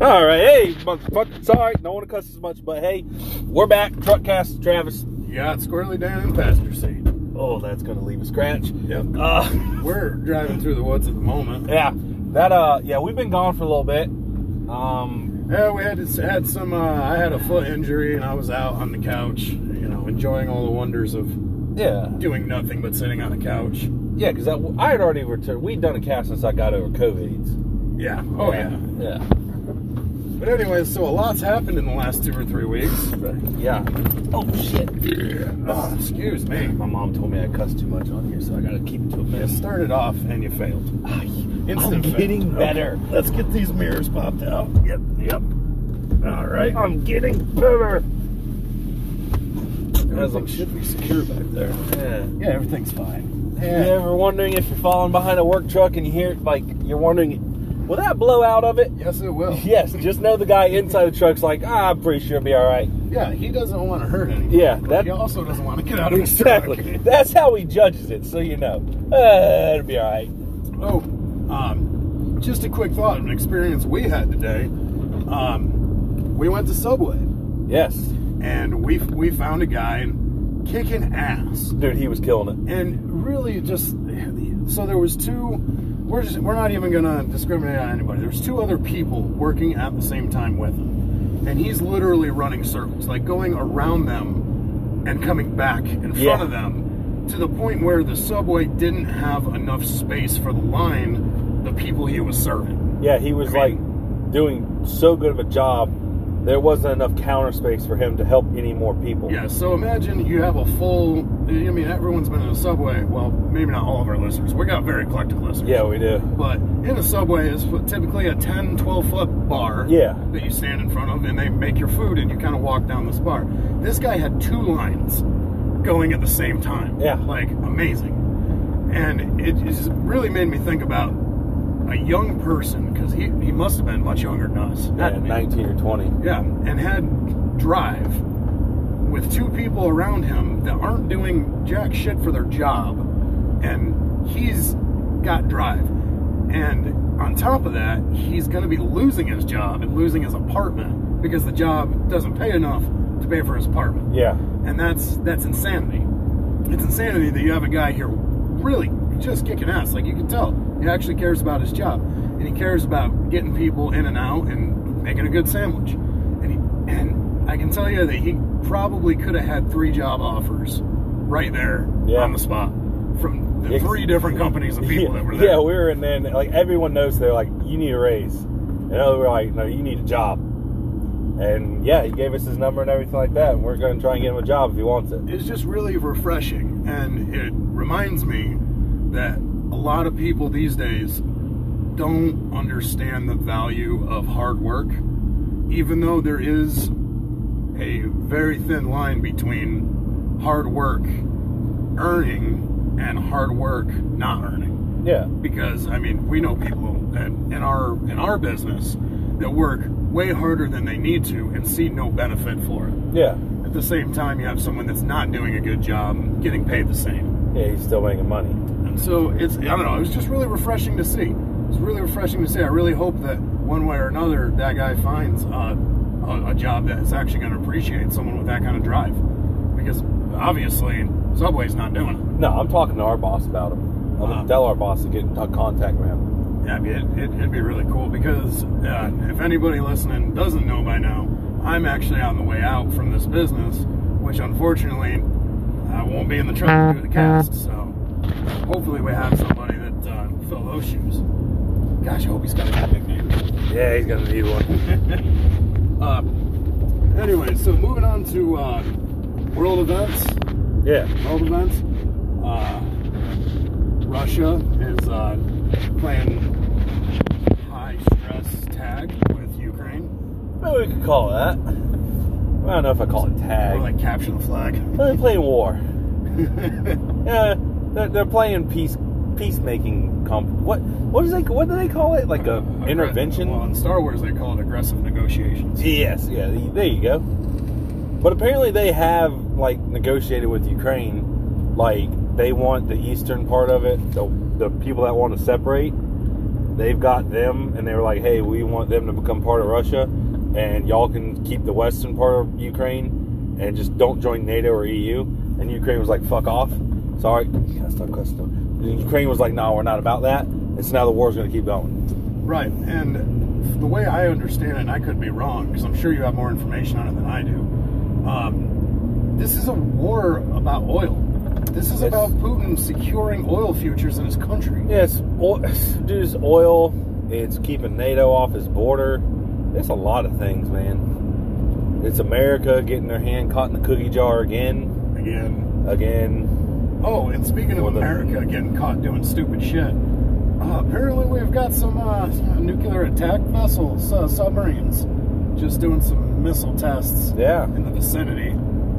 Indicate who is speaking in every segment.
Speaker 1: All right, hey, motherfucker. Sorry, don't want to cuss as much, but hey, we're back. Truckcast, Travis.
Speaker 2: You got squarely down in passenger seat.
Speaker 1: Oh, that's gonna leave a scratch.
Speaker 2: Yep.
Speaker 1: Uh,
Speaker 2: We're driving through the woods at the moment.
Speaker 1: yeah, that. Uh, yeah, we've been gone for a little bit. Um,
Speaker 2: Yeah, we had had some. Uh, I had a foot injury, and I was out on the couch, you know, enjoying all the wonders of
Speaker 1: yeah,
Speaker 2: doing nothing but sitting on a couch.
Speaker 1: yeah, because I, I had already returned. We'd done a cast since I got over COVID.
Speaker 2: Yeah. Oh yeah.
Speaker 1: Yeah.
Speaker 2: But anyway, so a lot's happened in the last two or three weeks.
Speaker 1: Yeah. Oh shit.
Speaker 2: Oh, excuse me.
Speaker 1: My mom told me I cussed too much on here, so I gotta keep it to a
Speaker 2: It
Speaker 1: minute. Ah,
Speaker 2: started off and you failed.
Speaker 1: I'm
Speaker 2: Instant fail.
Speaker 1: getting
Speaker 2: Okay,
Speaker 1: better.
Speaker 2: Let's get these mirrors popped out. Yep. Yep. All right.
Speaker 1: I'm getting better.
Speaker 2: Everything should be secure back there.
Speaker 1: Yeah.
Speaker 2: Yeah, everything's fine.
Speaker 1: You ever wondering if you're falling behind a work truck and you hear it, like you're wondering, will that blow out of it?
Speaker 2: Yes, it will.
Speaker 1: Yes. Just know the guy inside the truck's like, ah, I'm pretty sure it'll be all right.
Speaker 2: Yeah, he doesn't want to hurt anyone.
Speaker 1: Yeah,
Speaker 2: but
Speaker 1: that-
Speaker 2: he also doesn't want to get out of his
Speaker 1: Exactly.
Speaker 2: truck.
Speaker 1: That's how he judges it, so you know. Uh, it'll be all right.
Speaker 2: Oh, um, just a quick thought, an experience we had today. Um, we went to Subway
Speaker 1: Yes.
Speaker 2: and we we found a guy kicking ass,
Speaker 1: Dude, he was killing
Speaker 2: and really just so there was two. We're just we're not even gonna discriminate on anybody. There's two other people working at the same time with him, and he's literally running circles, like going around them and coming back in front
Speaker 1: Yeah.
Speaker 2: of them to the point where the subway didn't have enough space for the line, the people he was serving.
Speaker 1: it. Yeah, he was
Speaker 2: I
Speaker 1: like
Speaker 2: mean-
Speaker 1: doing so good of a job. There wasn't enough counter space for him to help any more people.
Speaker 2: Yeah, so imagine you have a full. I mean, everyone's been in a subway. Well, maybe not all of our listeners. We got very eclectic listeners.
Speaker 1: Yeah, we do.
Speaker 2: But in a subway is typically a 10, 12 foot bar
Speaker 1: Yeah.
Speaker 2: that you stand in front of and they make your food and you kind of walk down this bar. This guy had two lines going at the same time.
Speaker 1: Yeah.
Speaker 2: Like amazing. And it just really made me think about a young person because he, he must have been much younger than us.
Speaker 1: Yeah,
Speaker 2: Had to be.
Speaker 1: 19 or 20.
Speaker 2: Yeah, and had drive with two people around him that aren't doing jack shit for their job, and he's got drive. And on top of that, he's going to be losing his job and losing his apartment because the job doesn't pay enough to pay for his apartment
Speaker 1: Yeah.
Speaker 2: and that's that's insanity. It's insanity that you have a guy here really just kicking ass. Like you can tell, he actually cares about his job, and he cares about getting people in and out and making a good sandwich. And he, and I can tell you that he probably could have had three job offers right there
Speaker 1: Yeah.
Speaker 2: on the spot from the
Speaker 1: Ex-
Speaker 2: three different companies and people
Speaker 1: yeah,
Speaker 2: that were there.
Speaker 1: yeah, we were, and then like everyone knows they're like, you need a raise, and other were like, no, you need a job, and yeah, he gave us his number and everything like that, and we're gonna try and get him a job if he wants it.
Speaker 2: it's just really refreshing and it reminds me that a lot of people these days don't understand the value of hard work even though there is a very thin line between hard work earning and hard work not earning
Speaker 1: Yeah,
Speaker 2: because I mean we know people in, in our in our business that work way harder than they need to and see no benefit for it
Speaker 1: yeah,
Speaker 2: at the same time, you have someone that's not doing a good job getting paid the same.
Speaker 1: yeah. He's still making money.
Speaker 2: And so it's, I don't know, it was just really refreshing to see. It's really refreshing to see. I really hope that one way or another, that guy finds uh, a, a job that is actually going to appreciate someone with that kind of drive. Because obviously, Subway's not doing
Speaker 1: No, I'm talking to our boss about him. I'm gonna
Speaker 2: Uh-huh.
Speaker 1: tell our boss to get in t- contact with him.
Speaker 2: it. Yeah, it'd, it, it'd be really cool because uh, if anybody listening doesn't know by now, I'm actually on the way out from this business, which unfortunately I won't be in the truck to do the cast. So hopefully we have somebody that uh, fill those shoes. Gosh, I hope he's got a good nickname.
Speaker 1: Yeah, he's gonna need one.
Speaker 2: Uh, anyway, so moving on to uh, world events.
Speaker 1: Yeah,
Speaker 2: World events. Uh, Russia is uh, playing high stress tag with Ukraine.
Speaker 1: maybe we could call it that. I don't know if I call it
Speaker 2: Or
Speaker 1: tag.
Speaker 2: like capture the flag.
Speaker 1: they're playing war. yeah, Uh, they're, they're playing peace peacemaking comp. What what is they what do they call it? Like a
Speaker 2: Aggressive-
Speaker 1: intervention?
Speaker 2: Well, in Star Wars, they call it aggressive negotiations.
Speaker 1: Yes, yeah. There you go. But apparently they have like negotiated with Ukraine, like they want the eastern part of it, the the people that want to separate, they've got them, and they were like, "Hey, we want them to become part of Russia, and y'all can keep the western part of Ukraine, and just don't join NATO or EU." And Ukraine was like, "Fuck off." Sorry, yeah, stop custom. And Ukraine was like, "No, we're not about that." And so now the war's going to keep going.
Speaker 2: Right, and the way I understand it, and I could be wrong because I'm sure you have more information on it than I do. Um, this is a war about oil. This is
Speaker 1: Yes.
Speaker 2: about Putin securing oil futures in his country.
Speaker 1: Yes, oil, dude, it's oil. It's keeping NATO off his border. It's a lot of things, man. It's America getting their hand caught in the cookie jar again,
Speaker 2: Again.
Speaker 1: again.
Speaker 2: Oh, and speaking of
Speaker 1: Well, the-
Speaker 2: America getting caught doing stupid shit, uh, apparently we've got some uh, nuclear attack vessels, uh, submarines, just doing some missile tests
Speaker 1: Yeah,
Speaker 2: in the vicinity.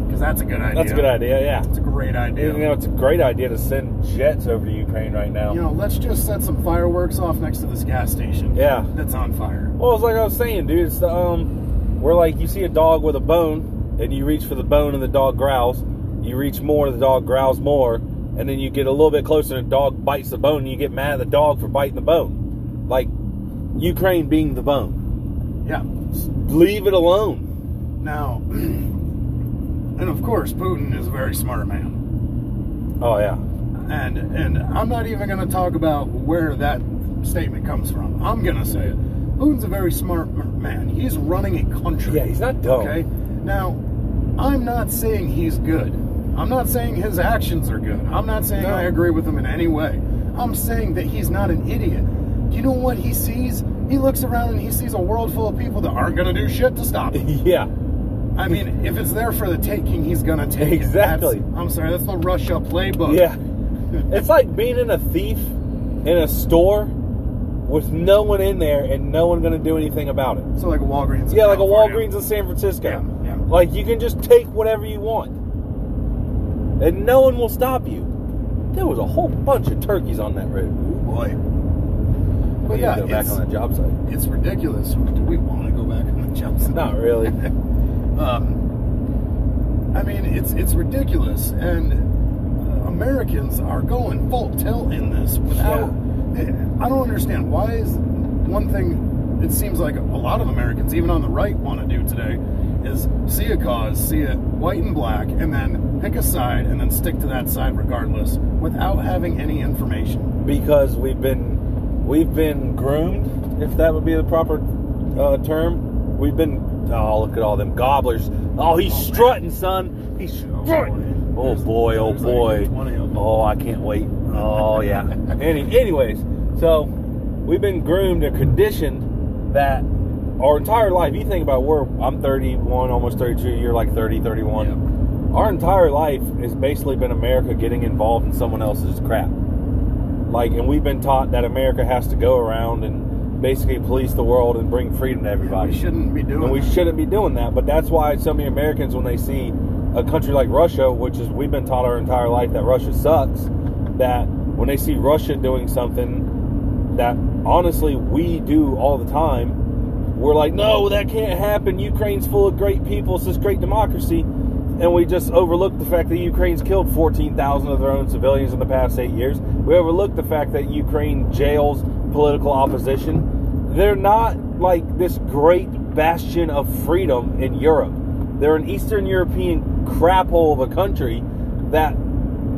Speaker 2: Because that's a good idea.
Speaker 1: that's a good idea. Yeah.
Speaker 2: It's a great idea.
Speaker 1: You know, it's a great idea to send jets over to Ukraine right now.
Speaker 2: You know, let's just set some fireworks off next to this gas station.
Speaker 1: Yeah.
Speaker 2: That's on fire.
Speaker 1: Well, it's like I was saying, dude. It's the um, we're like you see a dog with a bone, and you reach for the bone, and the dog growls. You reach more, and the dog growls more, and then you get a little bit closer, and the dog bites the bone, and you get mad at the dog for biting the bone. Like Ukraine being the bone,
Speaker 2: Yeah.
Speaker 1: leave it alone.
Speaker 2: Now, and of course, Putin is a very smart man.
Speaker 1: Oh yeah,
Speaker 2: And and I'm not even going to talk about where that statement comes from. I'm going to say it. Putin's a very smart m- man. He's running a country.
Speaker 1: yeah. He's not dumb.
Speaker 2: Okay. Now, I'm not saying he's good. I'm not saying his actions are good. I'm not saying
Speaker 1: No.
Speaker 2: I agree with him in any way. I'm saying that he's not an idiot. You know what he sees? He looks around and he sees a world full of people that aren't going to do shit to stop him.
Speaker 1: yeah,
Speaker 2: I mean, if it's there for the taking, he's going to take it.
Speaker 1: Exactly.
Speaker 2: That's- I'm sorry, that's the Russia playbook.
Speaker 1: yeah. It's like being in a thief in a store with no one in there and no one gonna do anything about it.
Speaker 2: So like a Walgreens. in
Speaker 1: Yeah, like a
Speaker 2: California.
Speaker 1: Walgreens in San Francisco.
Speaker 2: Yeah, yeah.
Speaker 1: Like you can just take whatever you want, and no one will stop you. There was a whole bunch of turkeys on that road.
Speaker 2: Ooh, boy. But
Speaker 1: We
Speaker 2: yeah,
Speaker 1: need to go back
Speaker 2: it's-
Speaker 1: on that job site.
Speaker 2: it's ridiculous. Do we want to go back on the jump?
Speaker 1: Not really.
Speaker 2: um, I mean, it's it's ridiculous, and uh, Americans are going full tilt in this. Without, I don't understand why is one thing it seems like a lot of Americans, even on the right, want to do today is see a cause, see it white and black, and then pick a side, and then stick to that side regardless, without having any information.
Speaker 1: because we've been we've been groomed, if that would be the proper uh, term. We've been oh look at all them gobblers. Oh he's
Speaker 2: Oh, man.
Speaker 1: strutting, son. He's strutting. Oh boy, oh
Speaker 2: There's like
Speaker 1: boy.
Speaker 2: 20 of them.
Speaker 1: Oh I can't wait. Oh yeah. Any, anyways, so we've been groomed and conditioned that our entire life. You think about where I'm 31, almost 32. You're like 30, 31. Our entire life has basically been America getting involved in someone else's crap like and we've been taught that america has to go around and basically police the world and bring freedom to everybody
Speaker 2: We shouldn't be doing.
Speaker 1: and we
Speaker 2: that.
Speaker 1: shouldn't be doing that but that's why so many americans when they see a country like russia which is we've been taught our entire life that russia sucks that when they see russia doing something that honestly we do all the time we're like no that can't happen ukraine's full of great people it's this great democracy and we just overlook the fact that ukraine's killed 14,000 of their own civilians in the past eight years we overlook the fact that ukraine jails political opposition they're not like this great bastion of freedom in europe they're an eastern european crap hole of a country that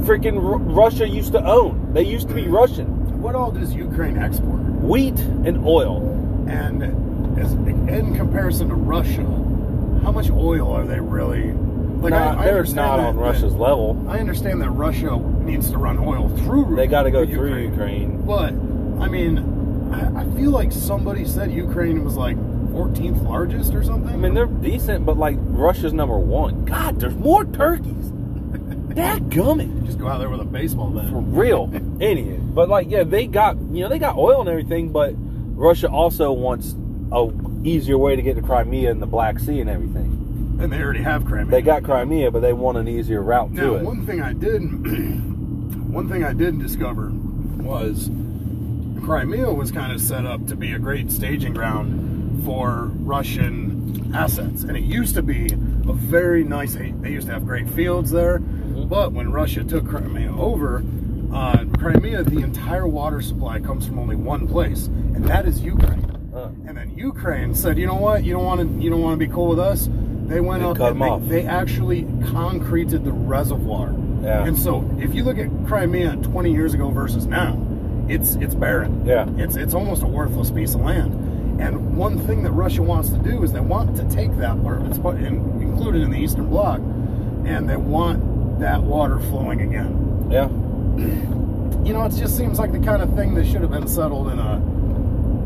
Speaker 1: freaking Ru- russia used to own they used to be russian
Speaker 2: What all does Ukraine export?
Speaker 1: wheat and oil.
Speaker 2: And as, in comparison to Russia, how much oil are they really? Like
Speaker 1: not, they're not on Russia's level.
Speaker 2: I understand that Russia needs to run oil through.
Speaker 1: They got to go through Ukraine.
Speaker 2: But I mean, I, I feel like somebody said Ukraine was like 14th largest or something.
Speaker 1: I mean, they're decent, but like Russia's number one. God, there's more turkeys. that gummit.
Speaker 2: just go out there with a baseball bat.
Speaker 1: For real. Idiot. But like, yeah, they got you know they got oil and everything, but Russia also wants a easier way to get to Crimea and the Black Sea and everything.
Speaker 2: and they already have Crimea.
Speaker 1: They got Crimea, but they want an easier route
Speaker 2: Now,
Speaker 1: to it.
Speaker 2: one thing I did, one thing I did discover was Crimea was kind of set up to be a great staging ground for Russian assets, and it used to be a very nice. They used to have great fields there, but when Russia took Crimea over, uh, Crimea, the entire water supply comes from only one place, and that is Ukraine.
Speaker 1: Huh.
Speaker 2: And then Ukraine said, you know what? You don't want to. You don't want to be cool with us. They went
Speaker 1: They
Speaker 2: up
Speaker 1: cut
Speaker 2: and
Speaker 1: 'em off.
Speaker 2: they, they actually concreted the reservoir.
Speaker 1: Yeah.
Speaker 2: And so, if you look at Crimea 20 years ago versus now, it's it's barren.
Speaker 1: Yeah.
Speaker 2: It's it's almost a worthless piece of land. And one thing that Russia wants to do is they want to take that part. It's part- in- included in the Eastern Bloc, and they want that water flowing again
Speaker 1: Yeah.
Speaker 2: you know, it just seems like the kind of thing that should have been settled in a,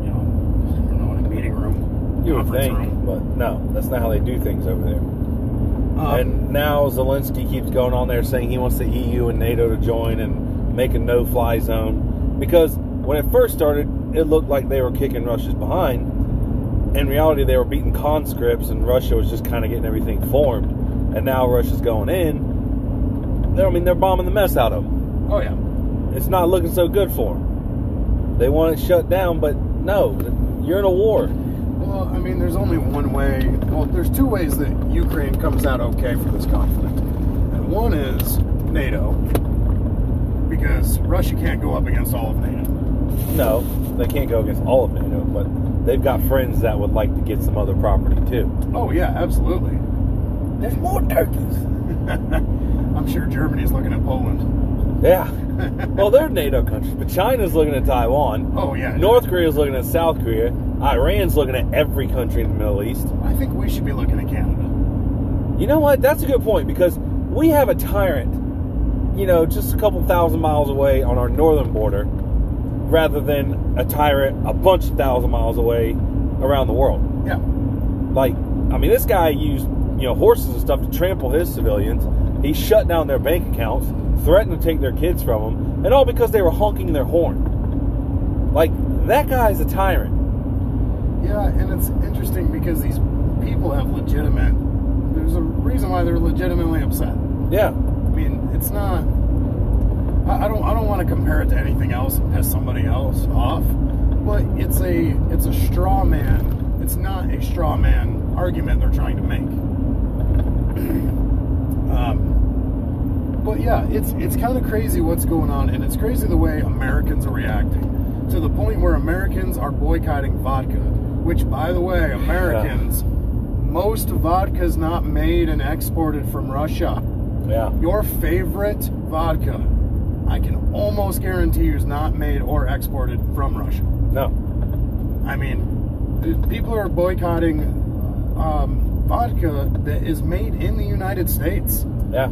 Speaker 2: you know, I don't know, in a meeting room,
Speaker 1: You would
Speaker 2: conference
Speaker 1: think,
Speaker 2: room.
Speaker 1: but no, that's not how they do things over there.
Speaker 2: Um,
Speaker 1: and now Zelensky keeps going on there saying he wants the EU and NATO to join and make a no-fly zone because when it first started, it looked like they were kicking Russia's behind. In reality, they were beating conscripts, and Russia was just kind of getting everything formed. And now Russia's going in. They- I mean, they're bombing the mess out of them.
Speaker 2: oh yeah,
Speaker 1: It's not looking so good for them. They want it shut down, but no, you're in a war.
Speaker 2: well, I mean, there's only one way. Well, there's two ways that Ukraine comes out okay from this conflict, and one is NATO, because Russia can't go up against all of NATO.
Speaker 1: No, they can't go against all of NATO, but they've got friends that would like to get some other property too.
Speaker 2: Oh yeah, absolutely.
Speaker 1: There's more turkeys.
Speaker 2: I'm sure Germany's looking at Poland.
Speaker 1: Yeah. Well, they're NATO countries, but China's looking at Taiwan.
Speaker 2: Oh yeah,
Speaker 1: North Korea's looking at South Korea. Iran's looking at every country in the Middle East.
Speaker 2: I think we should be looking at Canada.
Speaker 1: You know what? That's a good point because we have a tyrant, you know, just a couple thousand miles away on our northern border rather than a tyrant a bunch of thousand miles away around the world.
Speaker 2: Yeah.
Speaker 1: like I mean, this guy used you know horses and stuff to trample his civilians. He shut down their bank accounts, threatened to take their kids from them, and all because they were honking their horn. Like that guy's a tyrant.
Speaker 2: Yeah, and it's interesting because these people have legitimate. There's a reason why they're legitimately upset.
Speaker 1: Yeah,
Speaker 2: I mean, it's not. I, I don't. I don't want to compare it to anything else and piss somebody else off. But it's a. It's a straw man. It's not a straw man argument they're trying to make. um, but yeah, it's it's kind of crazy what's going on, and it's crazy the way Americans are reacting to the point where Americans are boycotting vodka. Which, by the way, Americans. Most vodka is not made and exported from Russia.
Speaker 1: yeah,
Speaker 2: Your favorite vodka, I can almost guarantee you, is not made or exported from Russia.
Speaker 1: no,
Speaker 2: I mean, the people are boycotting um, vodka that is made in the United States.
Speaker 1: yeah,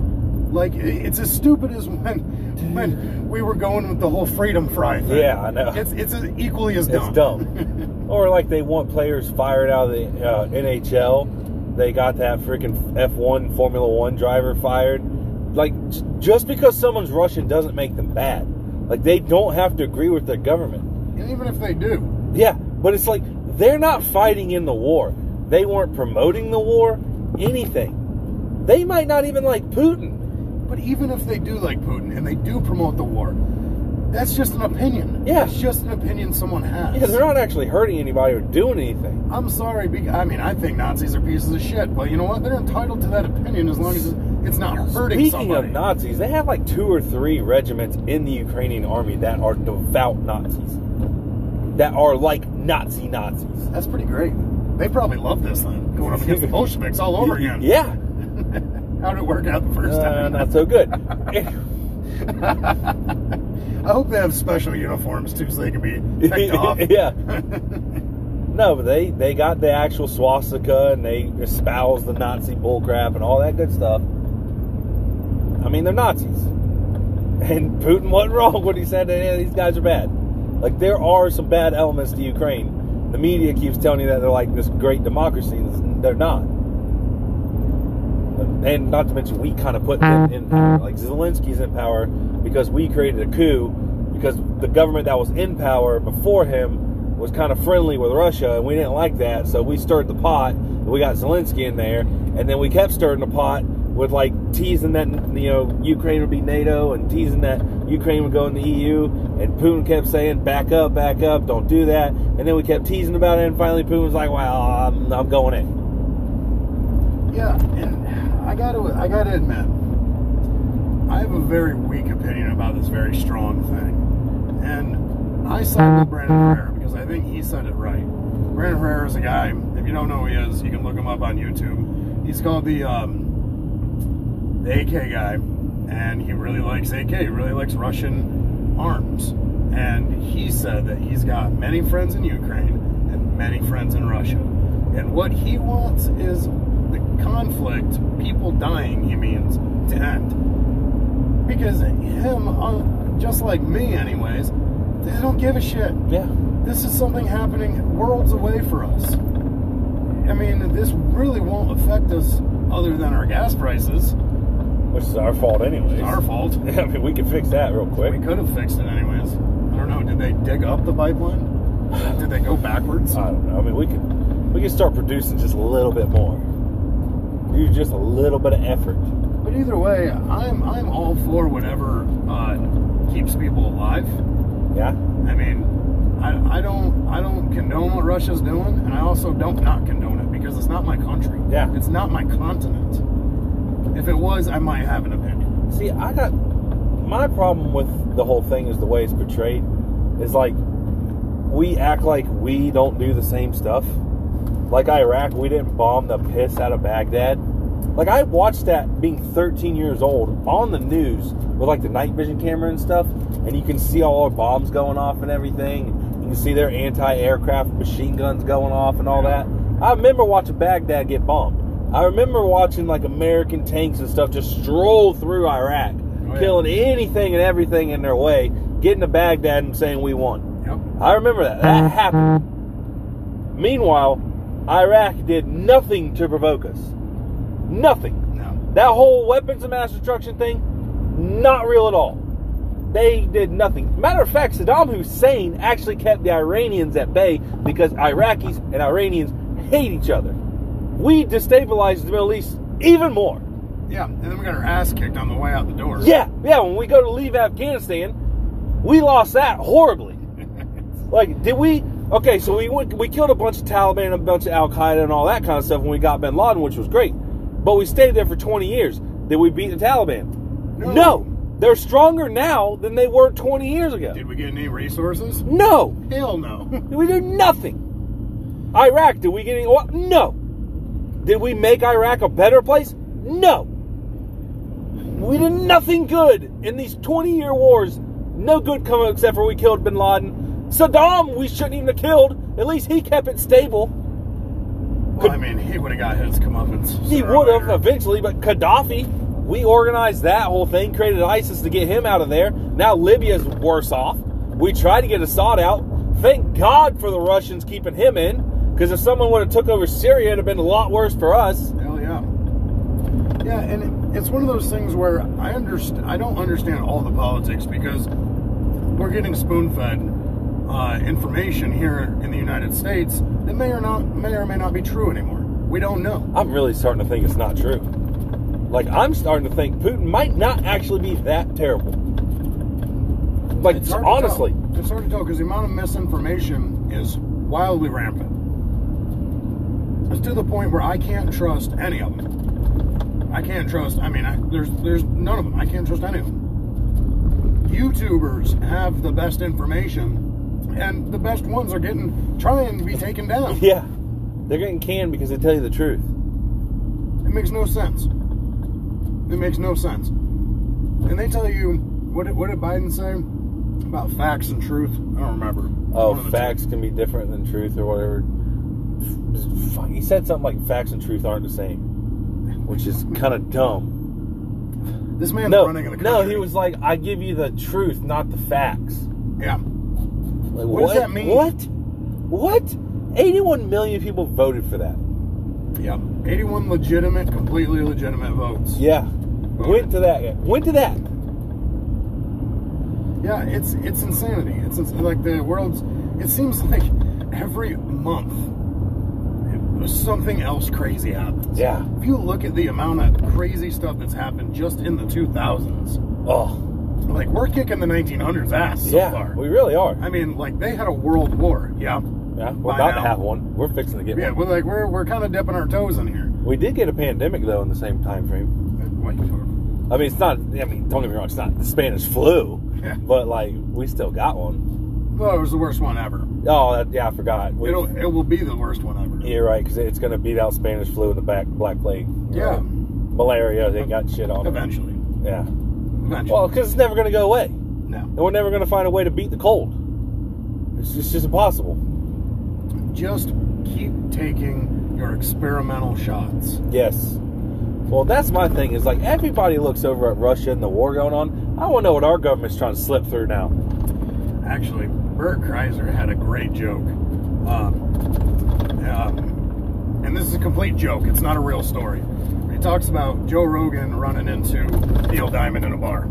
Speaker 2: Like, i- it's as stupid as when when we were going with the whole freedom fry thing.
Speaker 1: yeah. I know
Speaker 2: It's, it's as- equally as dumb.
Speaker 1: it's dumb. or like they want players fired out of the uh, NHL. They got that freaking F1 Formula One driver fired. Like j- just because someone's Russian doesn't make them bad. Like they don't have to agree with their government.
Speaker 2: And even if they do,
Speaker 1: Yeah, but it's like they're not fighting in the war. They weren't promoting the war, anything. They might not even like Putin.
Speaker 2: but even if they do like Putin and they do promote the war, that's just an opinion.
Speaker 1: Yeah.
Speaker 2: It's just an opinion someone has.
Speaker 1: Because they're not actually hurting anybody or doing anything.
Speaker 2: I'm sorry. Be- I mean, I think Nazis are pieces of shit, but you know what? They're entitled to that opinion as long as it's not hurting
Speaker 1: Speaking
Speaker 2: somebody.
Speaker 1: of Nazis, they have like two or three regiments in the Ukrainian army that are devout Nazis. That are like Nazi Nazis.
Speaker 2: That's pretty great. They probably love this thing going up against the Bolsheviks all over again.
Speaker 1: Yeah.
Speaker 2: How'd it work out the first
Speaker 1: Uh,
Speaker 2: time?
Speaker 1: not so good.
Speaker 2: I hope they have special uniforms too, so they can be picked off.
Speaker 1: yeah. No, but they they got the actual swastika and they espouse the Nazi bullcrap and all that good stuff. I mean, they're Nazis, and Putin wasn't wrong when he said that yeah, these guys are bad. Like there are some bad elements to Ukraine. The media keeps telling you that they're like this great democracy, and they're not. And not to mention, we kind of put them in power. Like Zelensky's in power because we created a coup. Because the government that was in power before him was kind of friendly with Russia, and we didn't like that. So we stirred the pot. And we got Zelensky in there, and then we kept stirring the pot with like teasing that you know Ukraine would be NATO, and teasing that Ukraine would go in the EU. And Putin kept saying, "Back up, back up, don't do that." And then we kept teasing about it, and finally Putin was like, "Well, I'm, I'm going in."
Speaker 2: Yeah, and I gotta, I gotta admit, I have a very weak opinion about this very strong thing, and I side with Brandon Pereira because because I think he said it right. Brandon Herrera is a guy. If you don't know who he is, you can look him up on YouTube. He's called the um, the AK guy, and he really likes AK. He really likes Russian arms, and he said that he's got many friends in Ukraine and many friends in Russia, and what he wants is the conflict, people dying. He means to end because him, uh, just like me, anyways, they don't give a shit.
Speaker 1: Yeah.
Speaker 2: This is something happening worlds away for us. I mean, this really won't affect us other than our gas prices.
Speaker 1: Which is our fault, anyways.
Speaker 2: It's our fault.
Speaker 1: Yeah, I mean, we can fix that real
Speaker 2: We
Speaker 1: quick.
Speaker 2: could have fixed it, anyways. I don't know. Did they dig up the pipeline? Did they go backwards?
Speaker 1: I don't know. I mean, we could we could start producing just a little bit more. Use just a little bit of effort.
Speaker 2: But either way, I'm I'm all for whatever uh, keeps people alive.
Speaker 1: Yeah.
Speaker 2: I mean, I, I don't I don't condone what Russia's doing, and I also don't not condone it because it's not my country.
Speaker 1: Yeah.
Speaker 2: It's not my continent. If it was, I might have an opinion.
Speaker 1: See, I got my problem with the whole thing is the way it's portrayed. Is like we act like we don't do the same stuff. Like Iraq, we didn't bomb the piss out of Baghdad. Like I watched that being 13 years old on the news with like the night vision camera and stuff, and you can see all our bombs going off and everything. You can see their anti-aircraft machine guns going off and all that. I remember watching Baghdad get bombed. I remember watching like American tanks and stuff just stroll through Iraq,
Speaker 2: Oh, yeah.
Speaker 1: killing anything and everything in their way, getting to Baghdad and saying we won.
Speaker 2: Yep.
Speaker 1: I remember that.
Speaker 2: Uh-huh.
Speaker 1: That happened. Meanwhile, Iraq did nothing to provoke us. Nothing.
Speaker 2: No.
Speaker 1: That whole weapons of mass destruction thing, not real at all. They did nothing. Matter of fact, Saddam Hussein actually kept the Iranians at bay because Iraqis and Iranians hate each other. We destabilized the Middle East even more.
Speaker 2: Yeah. And then we got our ass kicked on the way out the door.
Speaker 1: Yeah, yeah. When we go to leave Afghanistan, we lost that horribly. like, did we? Okay, so we went, we killed a bunch of Taliban, and a bunch of Al Qaeda, and all that kind of stuff when we got Bin Laden, which was great. But we stayed there for 20 years. Did we beat the Taliban?
Speaker 2: No.
Speaker 1: They're stronger now than they were 20 years ago.
Speaker 2: Did we get any resources?
Speaker 1: No.
Speaker 2: Hell no.
Speaker 1: Did we do nothing? Iraq, did we get any oil? No. Did we make Iraq a better place? No. We did nothing good in these 20 year wars. No good come except for we killed bin Laden. Saddam, we shouldn't even have killed. At least he kept it stable.
Speaker 2: well, I mean, he would have got his comeuppance.
Speaker 1: He
Speaker 2: sooner or
Speaker 1: would have
Speaker 2: later.
Speaker 1: eventually, but Gaddafi, we organized that whole thing, created ISIS to get him out of there. Now Libya's worse off. We tried to get Assad out. Thank God for the Russians keeping him in, because if someone would have took over Syria, it'd have been a lot worse for us.
Speaker 2: Hell yeah. Yeah, and it- it's one of those things where I understand. I don't understand all the politics because we're getting spoon-fed uh, information here in the United States that may or not may or may not be true anymore. We don't know.
Speaker 1: I'm really starting to think it's not true. Like I'm starting to think Putin might not actually be that terrible. Like
Speaker 2: It's hard to tell.
Speaker 1: honestly,
Speaker 2: it's hard to tell because the amount of misinformation is wildly rampant. It's to the point where I can't trust any of them. I can't trust. I mean, I, there's there's none of them. I can't trust any of them. YouTubers have the best information, and the best ones are getting trying to be taken down.
Speaker 1: yeah, they're getting canned because they tell you the truth.
Speaker 2: It makes no sense. It makes no sense. And they tell you what did, what did Biden say about facts and truth? I don't remember.
Speaker 1: Oh,
Speaker 2: One of the
Speaker 1: facts
Speaker 2: two.
Speaker 1: can be different than truth or whatever. F- fuck, He said something like facts and truth aren't the same, which is kind of dumb.
Speaker 2: This man's
Speaker 1: No,
Speaker 2: running in the
Speaker 1: no,
Speaker 2: country.
Speaker 1: he was like, I give you the truth, not the facts.
Speaker 2: Yeah.
Speaker 1: Like,
Speaker 2: What does that mean?
Speaker 1: What? What? 81 million people voted for that.
Speaker 2: Yeah. 81 legitimate, completely legitimate votes.
Speaker 1: Yeah. Went to that. Went to that.
Speaker 2: Yeah, it's it's insanity. It's, ins like the world's. It seems like every month it- something else crazy happens.
Speaker 1: Yeah.
Speaker 2: If you look at the amount of crazy stuff that's happened just in the 2000s,
Speaker 1: Oh,
Speaker 2: like we're kicking the 1900s ass so
Speaker 1: yeah.
Speaker 2: far.
Speaker 1: We really are.
Speaker 2: I mean, like they had a world war. Yeah.
Speaker 1: Yeah, we're
Speaker 2: By
Speaker 1: about to
Speaker 2: now.
Speaker 1: have one. We're fixing to get
Speaker 2: Yeah,
Speaker 1: one.
Speaker 2: we're like we're we're kind of dipping our toes in here.
Speaker 1: We did get a pandemic though in the same time frame.
Speaker 2: Like,
Speaker 1: I mean, it's not. I mean, don't get me wrong. It's not the Spanish flu,
Speaker 2: Yeah.
Speaker 1: but like we still got one.
Speaker 2: Well, it was the worst one ever.
Speaker 1: Oh, that, yeah, I forgot. We-
Speaker 2: It'll it will be the worst one ever.
Speaker 1: you're right, because it's going to beat out Spanish flu in the back Black Plague. You're
Speaker 2: Yeah.
Speaker 1: right. Malaria, they got shit on it.
Speaker 2: Eventually.
Speaker 1: Yeah.
Speaker 2: Eventually.
Speaker 1: Well, because it's never going to go away.
Speaker 2: no.
Speaker 1: And we're never going to find a way to beat the cold. It's just, it's just impossible.
Speaker 2: Just keep taking your experimental shots.
Speaker 1: Yes. Well, that's my thing. Is like everybody looks over at Russia and the war going on. I want to know what our government's trying to slip through now.
Speaker 2: Actually, Bert Kreiser had a great joke. Um, um, and this is a complete joke. It's not a real story. He talks about Joe Rogan running into Neil Diamond in a bar,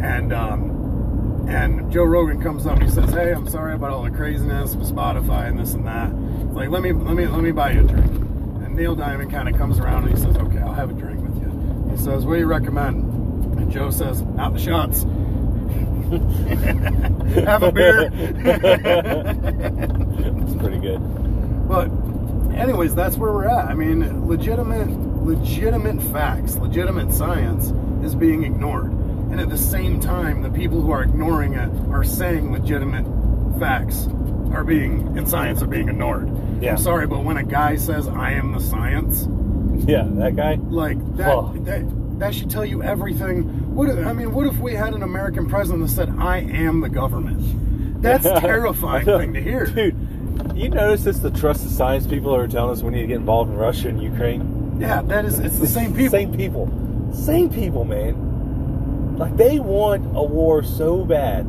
Speaker 2: and um, and Joe Rogan comes up and he says, "Hey, I'm sorry about all the craziness with Spotify and this and that. It's like, let me let me let me buy you a drink." And Neil Diamond kind of comes around and he says, "Okay, I'll have a drink with you." He says, "What do you recommend?" And Joe says, "Not the shots." have a beer.
Speaker 1: It's pretty good.
Speaker 2: but anyways, that's where we're at. I mean, legitimate legitimate facts, legitimate science is being ignored. And at the same time, the people who are ignoring it are saying legitimate facts are being and science are being ignored.
Speaker 1: Yeah.
Speaker 2: I'm sorry, but when a guy says I am the science,
Speaker 1: Yeah, that guy.
Speaker 2: like that,
Speaker 1: Huh.
Speaker 2: that that should tell you everything. What if, I mean, what if we had an American president that said, "I am the government"? That's a terrifying
Speaker 1: I know.
Speaker 2: thing to hear.
Speaker 1: dude. You notice it's the trusted science people who are telling us we need to get involved in Russia and Ukraine.
Speaker 2: Yeah, that is. It's the same people.
Speaker 1: Same people. Same people, man. Like they want a war so bad.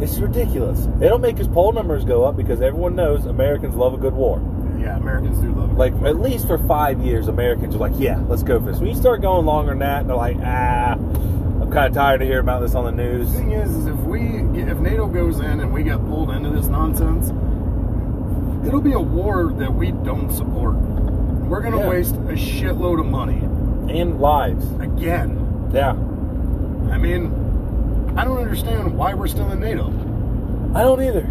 Speaker 1: It's ridiculous. They don't make his poll numbers go up because everyone knows Americans love a good war.
Speaker 2: Yeah, Americans do love it.
Speaker 1: like at least for five years, Americans are like, yeah, let's go for this. When you start going longer than that, they're like, ah, I'm kind of tired of hearing about this on the news.
Speaker 2: the thing is, is if we get, if NATO goes in and we get pulled into this nonsense, it'll be a war that we don't support. We're gonna
Speaker 1: Yeah.
Speaker 2: waste a shitload of money
Speaker 1: And lives,
Speaker 2: again.
Speaker 1: yeah.
Speaker 2: I mean, I don't understand why we're still in NATO.
Speaker 1: I don't either.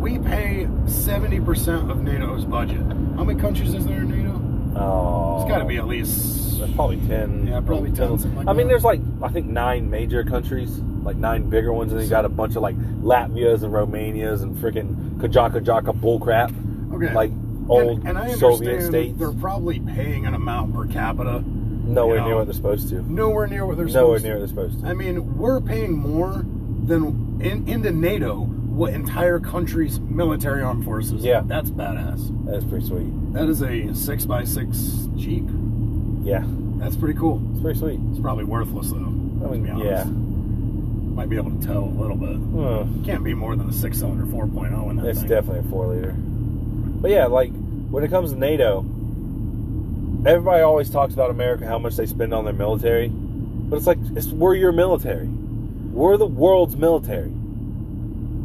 Speaker 2: We pay 70% of NATO's budget. How many countries is there in NATO?
Speaker 1: Oh,
Speaker 2: It's got to be at least.
Speaker 1: That's probably ten.
Speaker 2: Yeah, probably 10, something like
Speaker 1: I mean,
Speaker 2: that.
Speaker 1: there's like I think nine major countries, like nine bigger ones, and you got a bunch of like Latvias and Romanias and freaking Kajaka Jaka bullcrap.
Speaker 2: Okay.
Speaker 1: Like
Speaker 2: And-
Speaker 1: old
Speaker 2: and, I
Speaker 1: Soviet
Speaker 2: understand
Speaker 1: states.
Speaker 2: They're probably paying an amount per capita,
Speaker 1: Nowhere
Speaker 2: you know,
Speaker 1: near what they're supposed to.
Speaker 2: nowhere near what they're
Speaker 1: Nowhere
Speaker 2: supposed
Speaker 1: near what
Speaker 2: to.
Speaker 1: they're supposed to.
Speaker 2: I mean, we're paying more than in, into NATO what entire countries' military armed forces.
Speaker 1: Yeah.
Speaker 2: That's badass.
Speaker 1: That's pretty sweet.
Speaker 2: That is a 6 by 6 Jeep.
Speaker 1: Yeah,
Speaker 2: That's pretty cool.
Speaker 1: it's pretty sweet.
Speaker 2: It's probably worthless, though.
Speaker 1: I
Speaker 2: to
Speaker 1: mean,
Speaker 2: be honest.
Speaker 1: yeah. Hmm.
Speaker 2: Might be able to tell a little bit.
Speaker 1: Huh.
Speaker 2: Can't be more than a six cylinder 4.0 in that
Speaker 1: It's
Speaker 2: thing.
Speaker 1: definitely a four liter. But yeah, like when it comes to NATO, everybody always talks about America, how much they spend on their military. But it's like it's we're your military. We're the world's military.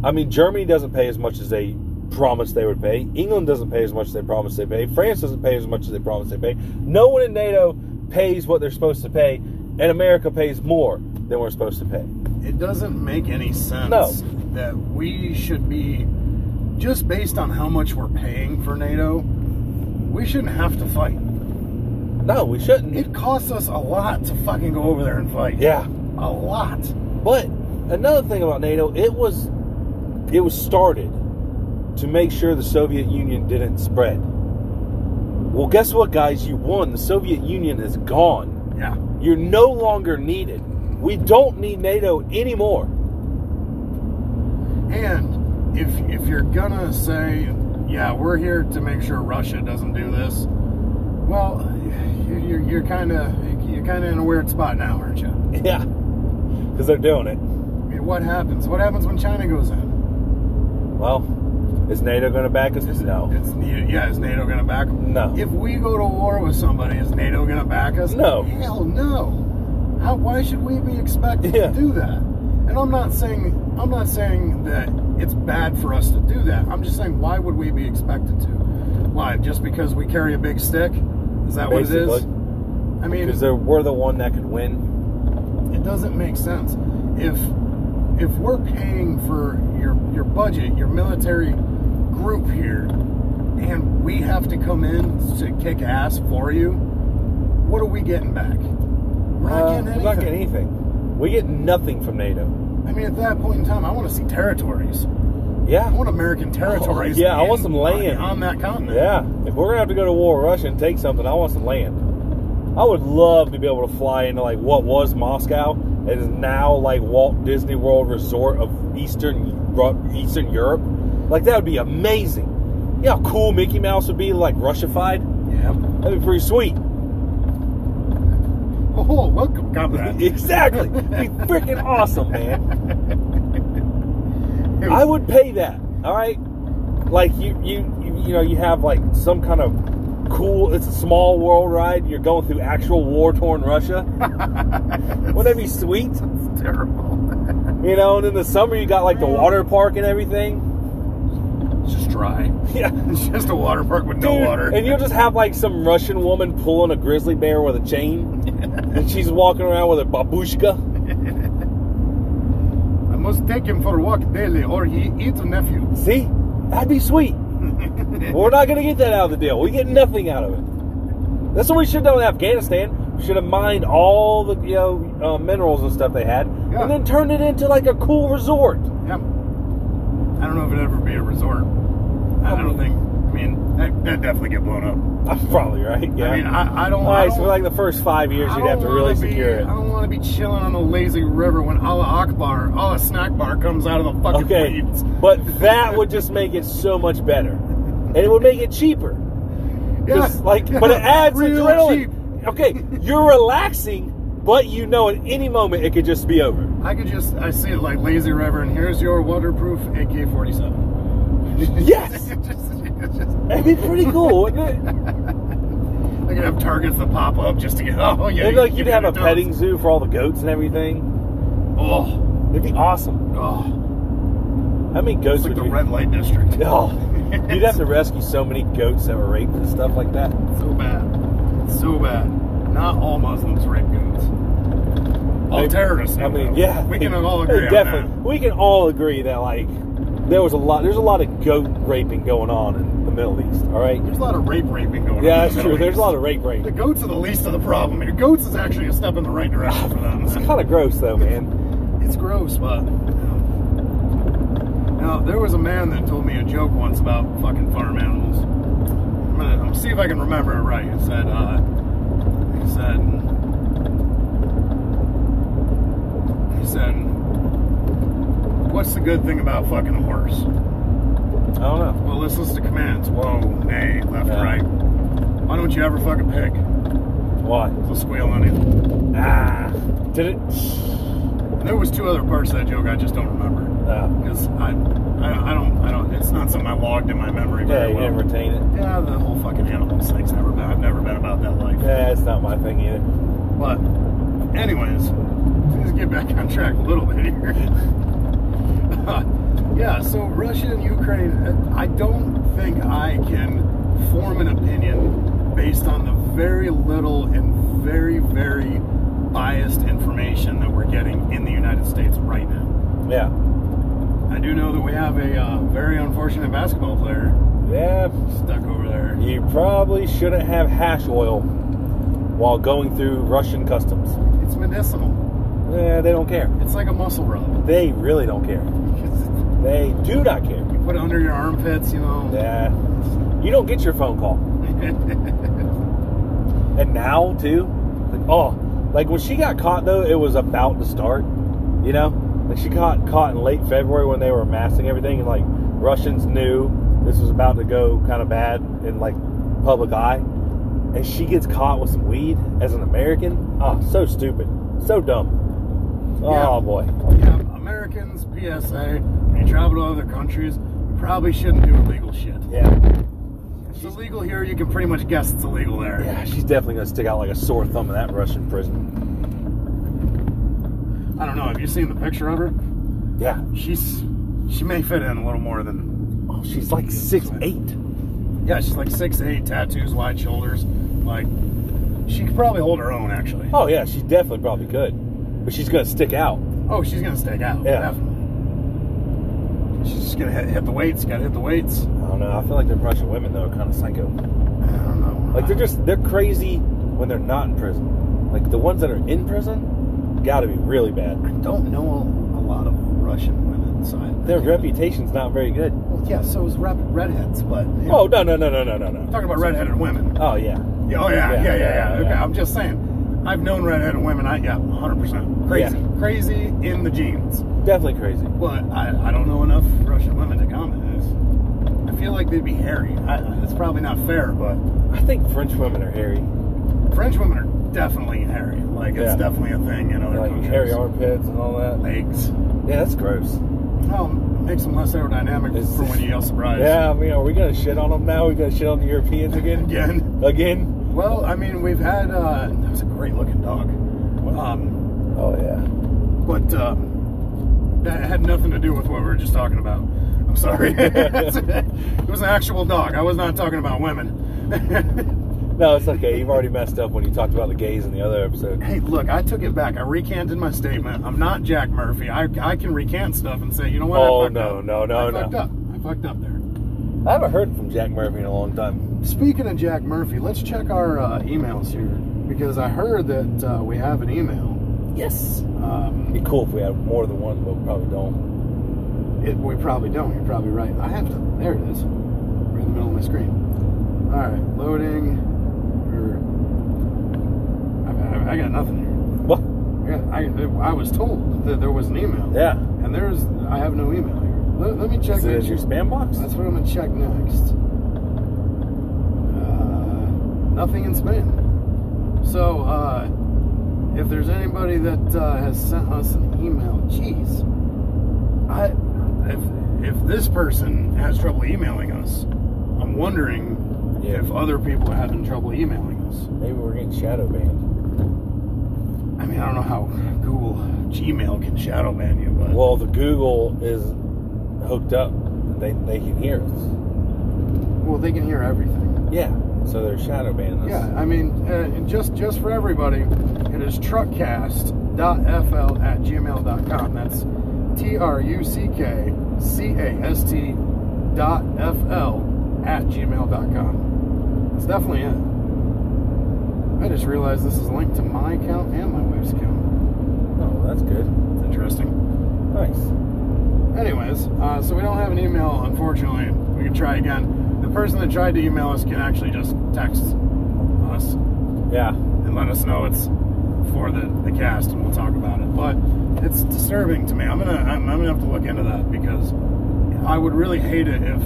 Speaker 1: I mean, Germany doesn't pay as much as they promised they would pay. England doesn't pay as much as they promised they pay. France doesn't pay as much as they promised they pay. No one in NATO pays what they're supposed to pay, and America pays more than we're supposed to pay.
Speaker 2: It doesn't make any sense
Speaker 1: No.
Speaker 2: that we should be just based on how much we're paying for NATO. We shouldn't have to fight.
Speaker 1: No, we shouldn't.
Speaker 2: It costs us a lot to fucking go over there and fight.
Speaker 1: yeah.
Speaker 2: a lot.
Speaker 1: But another thing about NATO, it was it was started to make sure the Soviet Union didn't spread. Well, guess what, guys? You won. The Soviet Union is gone.
Speaker 2: Yeah,
Speaker 1: You're no longer needed. We don't need NATO anymore.
Speaker 2: and if if you're gonna say, yeah, we're here to make sure Russia doesn't do this, well, you- you're you're kind of you're kind of in a weird spot now, aren't you?
Speaker 1: Yeah, because they're doing it.
Speaker 2: I mean, what happens? What happens when China goes in?
Speaker 1: Well, is NATO going to back us? No,
Speaker 2: It's yeah. Is NATO gonna back them?
Speaker 1: no.
Speaker 2: If we go to war with somebody, is NATO gonna back us?
Speaker 1: No.
Speaker 2: Hell no. How, why should we be expected
Speaker 1: Yeah.
Speaker 2: to do that? And I'm not saying I'm not saying that it's bad for us to do that. I'm just saying why would we be expected to? Why? Just because we carry a big stick? Is that what it is?
Speaker 1: Basically.
Speaker 2: I mean,
Speaker 1: Because we're the one that could win.
Speaker 2: it doesn't make sense if if we're paying for your your budget your military group here and we have to come in to kick ass for you what are we getting back we're not
Speaker 1: Uh,
Speaker 2: getting anything
Speaker 1: we're not getting anything. We get nothing from NATO.
Speaker 2: I mean, at that point in time, I want to see territories. I
Speaker 1: Yeah.
Speaker 2: want American territories.
Speaker 1: Oh, yeah, I want
Speaker 2: in-
Speaker 1: some land.
Speaker 2: on that continent.
Speaker 1: Yeah. If we're gonna have to go to war with Russia and take something, I want some land. I would love to be able to fly into like what was Moscow. It is now like Walt Disney World Resort of Eastern Ru- Eastern Europe. Like that would be amazing. You know how cool Mickey Mouse would be like Russified?
Speaker 2: Yeah.
Speaker 1: That'd be pretty sweet.
Speaker 2: Oh, welcome, comrade.
Speaker 1: exactly. It'd be freaking awesome, man. I would pay that. All right, like you, you, you, you know, you have like some kind of cool. It's a small world ride. You're going through actual war-torn Russia. Wouldn't that be sweet?
Speaker 2: It's terrible.
Speaker 1: You know, and in the summer you got like the water park and everything.
Speaker 2: It's just dry.
Speaker 1: Yeah.
Speaker 2: It's just a water park with no
Speaker 1: Dude,
Speaker 2: water.
Speaker 1: And you'll just have like some Russian woman pulling a grizzly bear with a chain, and she's walking around with a babushka.
Speaker 2: I must take him for a walk daily, or he eats a nephew.
Speaker 1: See, that'd be sweet. But We're not going to get that out of the deal. We get nothing out of it. That's what we should have done with Afghanistan. We should have mined all the you know uh, minerals and stuff they had,
Speaker 2: Yeah.
Speaker 1: and then turned it into like a cool resort.
Speaker 2: Yeah. I don't know if it'd ever be a resort. I I don't think. I mean, that, that'd definitely get blown up.
Speaker 1: I'm probably right. Yeah.
Speaker 2: I mean, I, I don't.
Speaker 1: all
Speaker 2: I
Speaker 1: right.
Speaker 2: don't,
Speaker 1: So like the first five years,
Speaker 2: I
Speaker 1: you'd have
Speaker 2: don't
Speaker 1: to really
Speaker 2: wanna be-
Speaker 1: secure
Speaker 2: I don't want to be chilling on the lazy river when Allah Akbar, Allah Snack Bar comes out of the
Speaker 1: it.
Speaker 2: fucking
Speaker 1: Okay.
Speaker 2: weeds.
Speaker 1: But that would just make it so much better, and it would make it cheaper.
Speaker 2: Yeah.
Speaker 1: Just like, but it adds
Speaker 2: Real
Speaker 1: adrenaline.
Speaker 2: cheap.
Speaker 1: Okay, you're relaxing, but you know at any moment it could just be over.
Speaker 2: I could just, I see it like lazy river, and here's your waterproof AK 47.
Speaker 1: Yes. That'd be pretty cool, wouldn't it?
Speaker 2: They could have targets that pop up just to get. Oh yeah.
Speaker 1: Maybe
Speaker 2: you
Speaker 1: like
Speaker 2: can
Speaker 1: you'd
Speaker 2: get
Speaker 1: have a
Speaker 2: adults.
Speaker 1: petting zoo for all the goats and everything.
Speaker 2: Oh,
Speaker 1: It'd be awesome.
Speaker 2: oh,
Speaker 1: How many goats
Speaker 2: it's like
Speaker 1: would
Speaker 2: the
Speaker 1: you?
Speaker 2: red light district.
Speaker 1: No, you'd have to rescue so many goats that were raped and stuff like that.
Speaker 2: So bad, so bad. Not all Muslims rape goons. All
Speaker 1: Maybe-
Speaker 2: terrorists.
Speaker 1: I mean,
Speaker 2: though.
Speaker 1: yeah,
Speaker 2: We can all agree on
Speaker 1: Definitely,
Speaker 2: that.
Speaker 1: we can all agree that like there was a lot. There's a lot of goat raping going on in the Middle East. All right.
Speaker 2: There's a lot of rape raping going on.
Speaker 1: Yeah,
Speaker 2: in the
Speaker 1: that's true.
Speaker 2: Middle
Speaker 1: There's a
Speaker 2: East.
Speaker 1: lot of rape rape.
Speaker 2: The goats are the least of the problem. I mean, goats is actually a step in the right direction for
Speaker 1: It's
Speaker 2: them.
Speaker 1: kind of gross though, man.
Speaker 2: It's gross, but. Now, there was a man that told me a joke once about fucking farm animals. I'm gonna, I'm gonna see if I can remember it right. He said, uh, he said, he said, what's the good thing about fucking a horse?
Speaker 1: I don't know.
Speaker 2: Well, listens to commands. Whoa, nay, left,
Speaker 1: Yeah.
Speaker 2: right. Why don't you ever fuck a pig?
Speaker 1: Why?
Speaker 2: They'll squeal on you.
Speaker 1: Ah, did it?
Speaker 2: There was two other parts of that joke I just don't remember
Speaker 1: Uh,
Speaker 2: because I, I, I don't, I don't. It's not something I logged in my memory
Speaker 1: yeah,
Speaker 2: very
Speaker 1: you didn't
Speaker 2: well.
Speaker 1: retain it.
Speaker 2: Yeah, the whole fucking animals thing's never been. I've never been about that life.
Speaker 1: Yeah, it's not my thing either.
Speaker 2: But, anyways, let's get back on track a little bit here. Uh, yeah, so Russia and Ukraine. uh, I don't think I can form an opinion based on the very little and very, very biased information that we're getting in the United States right now.
Speaker 1: Yeah.
Speaker 2: I do know that we have a uh, very unfortunate basketball player
Speaker 1: Yeah.
Speaker 2: stuck over there.
Speaker 1: You probably shouldn't have hash oil while going through Russian customs.
Speaker 2: It's medicinal.
Speaker 1: Yeah, they don't care.
Speaker 2: It's like a muscle rub.
Speaker 1: They really don't care.
Speaker 2: You
Speaker 1: They do not care.
Speaker 2: put it under your armpits, you know.
Speaker 1: Yeah. You don't get your phone call. And now too, like, oh, like when she got caught though, it was about to start. You know, like she got caught in late February when they were massing everything, and like Russians knew this was about to go kind of bad in like public eye, and she gets caught with some weed as an American. Oh, so stupid, so dumb.
Speaker 2: Yeah.
Speaker 1: Oh boy,
Speaker 2: yeah, Americans, PSA, when you travel to other countries, you probably shouldn't do illegal shit.
Speaker 1: yeah,
Speaker 2: If it's illegal here, you can pretty much guess it's illegal there.
Speaker 1: yeah, she's definitely gonna stick out like a sore thumb in that Russian prison.
Speaker 2: I don't know. Have you seen the picture of her?
Speaker 1: Yeah,
Speaker 2: She's she may fit in a little more than.
Speaker 1: oh, she's like six eight.
Speaker 2: Yeah, she's like six eight, tattoos, wide shoulders. Like she could probably hold her own actually.
Speaker 1: Oh yeah, she definitely probably could, but she's gonna stick out.
Speaker 2: Oh, she's gonna stake out.
Speaker 1: Yeah.
Speaker 2: Definitely. She's just gonna hit, hit the weights. Gotta hit the weights.
Speaker 1: I don't know. I feel like the Russian women though are kind of psycho.
Speaker 2: I don't know.
Speaker 1: Like they're just they're crazy when they're not in prison. Like the ones that are in prison, got to be really bad.
Speaker 2: I don't know a, a
Speaker 3: lot of Russian women, so I, I
Speaker 1: Their
Speaker 3: think-
Speaker 1: reputation's not very good.
Speaker 3: Well, yeah, so is rep- redheads, but you know,
Speaker 1: Oh no no no no no no no.
Speaker 2: Talking about redheaded women.
Speaker 1: Oh yeah.
Speaker 2: Yeah, Oh yeah,
Speaker 1: Yeah,
Speaker 2: yeah, yeah,
Speaker 1: yeah,
Speaker 2: yeah. Okay,
Speaker 1: yeah.
Speaker 2: I'm just saying. I've known redheaded women. I yeah, 100 percent crazy,
Speaker 1: Yeah.
Speaker 2: crazy in the genes.
Speaker 1: Definitely crazy.
Speaker 2: But I, I don't know enough Russian women to comment. It's- I feel like they'd be hairy. I, it's probably not fair, but
Speaker 1: I think French women are hairy.
Speaker 2: French women are definitely hairy. Like it's
Speaker 1: Yeah.
Speaker 2: definitely a thing in other
Speaker 1: Like
Speaker 2: countries.
Speaker 1: hairy armpits and all that.
Speaker 2: legs.
Speaker 1: Yeah, that's gross.
Speaker 2: Well, makes them less aerodynamic
Speaker 1: It's-
Speaker 2: for when you yell surprise.
Speaker 1: Yeah, I mean, are we gonna shit on them now? We gonna shit on the Europeans again?
Speaker 2: Again.
Speaker 1: Again?
Speaker 2: Well, I mean, we've had uh, that was a great looking dog. Um,
Speaker 1: Oh yeah.
Speaker 2: but um, that had nothing to do with what we were just talking about. I'm sorry. it was an actual dog. I was not talking about women.
Speaker 1: No, it's okay. You've already messed up when you talked about the gays in the other episode.
Speaker 2: hey, look, I took it back. I recanted my statement. I'm not Jack Murphy. I, I can recant stuff and say, you know what? I
Speaker 1: Oh
Speaker 2: fucked
Speaker 1: no,
Speaker 2: up.
Speaker 1: no, no,
Speaker 2: I
Speaker 1: no.
Speaker 2: fucked up. I fucked up there.
Speaker 1: I haven't heard from Jack Murphy in a long time.
Speaker 2: Speaking of Jack Murphy, let's check our uh, emails here because I heard that uh, we have an email.
Speaker 1: Yes.
Speaker 2: Um,
Speaker 1: It'd be cool if we had more than one, but we probably don't.
Speaker 2: it, we probably don't. You're probably right. I have to. There it is. Right in the middle of my screen. All right, loading. Or I, I, I got nothing
Speaker 1: What?
Speaker 2: here. I, got, I, I was told that there was an email.
Speaker 1: Yeah.
Speaker 2: And there's. I have no email here. Let, let me check.
Speaker 1: Is it
Speaker 2: next.
Speaker 1: in your spam box?
Speaker 2: That's what I'm gonna check next. Uh, nothing in spam. So uh, if there's anybody that uh, has sent us an email, geez, I if if this person has trouble emailing us, I'm wondering
Speaker 1: Yeah.
Speaker 2: if other people are having trouble emailing us.
Speaker 1: Maybe we're getting shadow banned.
Speaker 2: I mean, I don't know how Google Gmail can shadow ban you, but
Speaker 1: Well, the Google is hooked up. They they can hear us.
Speaker 2: well, they can hear everything.
Speaker 1: Yeah. So they're shadow banning us.
Speaker 2: Yeah, I mean, uh, and just just for everybody, it is truckcast.fl at gmail.com. That's T R U C K C A S T dot F L at gmail.com. It's definitely it. I just realized this is linked to my account and my wife's account.
Speaker 1: Oh, that's good.
Speaker 2: It's interesting.
Speaker 1: Nice.
Speaker 2: Anyways, uh, so we don't have an email, unfortunately. We can try again. The person that tried to email us can actually just text us.
Speaker 1: Yeah.
Speaker 2: and let us know it's for the, the cast and we'll talk about it. But it's disturbing to me. I'm gonna I'm, I'm gonna have to look into that because I would really hate it if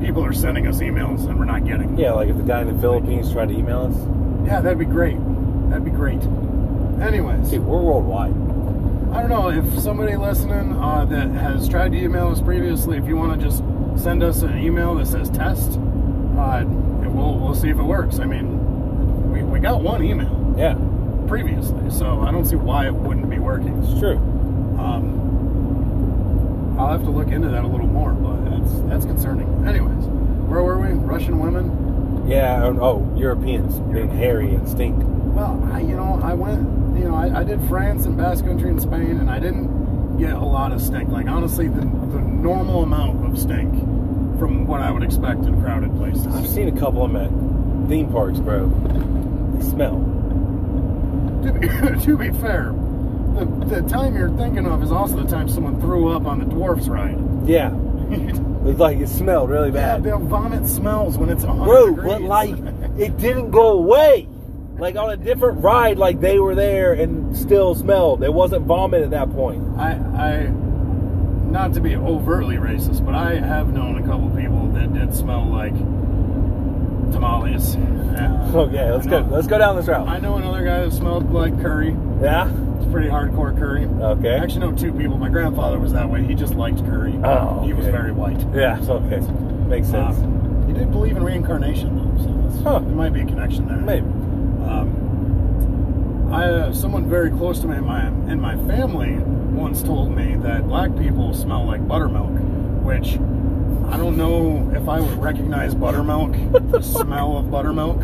Speaker 2: people are sending us emails and we're not getting them.
Speaker 1: Yeah, like if the guy in the Philippines tried to email us.
Speaker 2: Yeah, that'd be great. That'd be great. Anyways,
Speaker 1: See, we're worldwide.
Speaker 2: I don't know if somebody listening uh, that has tried to email us previously, if you want to just send us an email that says test, uh, and we'll we'll see if it works. I mean, we, we got one email
Speaker 1: Yeah,
Speaker 2: previously, so I don't see why it wouldn't be working.
Speaker 1: it's true.
Speaker 2: Um, I'll have to look into that a little more, but that's that's concerning. Anyways, where were we? Russian women.
Speaker 1: Yeah, and, oh, Europeans being hairy and stink.
Speaker 2: Well, I, you know, I went, you know, I, I did France and Basque Country and Spain, and I didn't get a lot of stink. Like honestly, the the normal amount of stink from what I would expect in crowded
Speaker 1: I've
Speaker 2: places.
Speaker 1: seen a couple of them at theme parks, bro. They smell.
Speaker 2: to, be, to be fair, the, the time you're thinking of is also the time someone threw up on the dwarfs ride.
Speaker 1: Yeah, it's like it smelled really
Speaker 2: yeah,
Speaker 1: bad.
Speaker 2: the vomit smells when it's 100
Speaker 1: bro,
Speaker 2: degrees.
Speaker 1: but like it didn't go away. Like on a different ride, like they were there and still smelled. It wasn't vomit at that point.
Speaker 2: I, I, not to be overtly racist, but I have known a couple people that did smell like tamales. Yeah.
Speaker 1: Okay, let's
Speaker 2: I
Speaker 1: go.
Speaker 2: know-
Speaker 1: Let's go down this route.
Speaker 2: I know another guy that smelled like curry.
Speaker 1: Yeah.
Speaker 2: It's pretty hardcore curry. I
Speaker 1: Okay.
Speaker 2: actually know two people. My grandfather was that way. He just liked curry.
Speaker 1: Oh,
Speaker 2: He was
Speaker 1: okay.
Speaker 2: very white.
Speaker 1: Yeah. Okay. Makes sense.
Speaker 2: Um, he did believe in reincarnation, though, so that's-
Speaker 1: Huh.
Speaker 2: there might be a connection there.
Speaker 1: Maybe.
Speaker 2: Um, I, uh, someone very close to me in my, in my family once told me that black people smell like buttermilk, which I don't know if I would recognize buttermilk, the smell of buttermilk.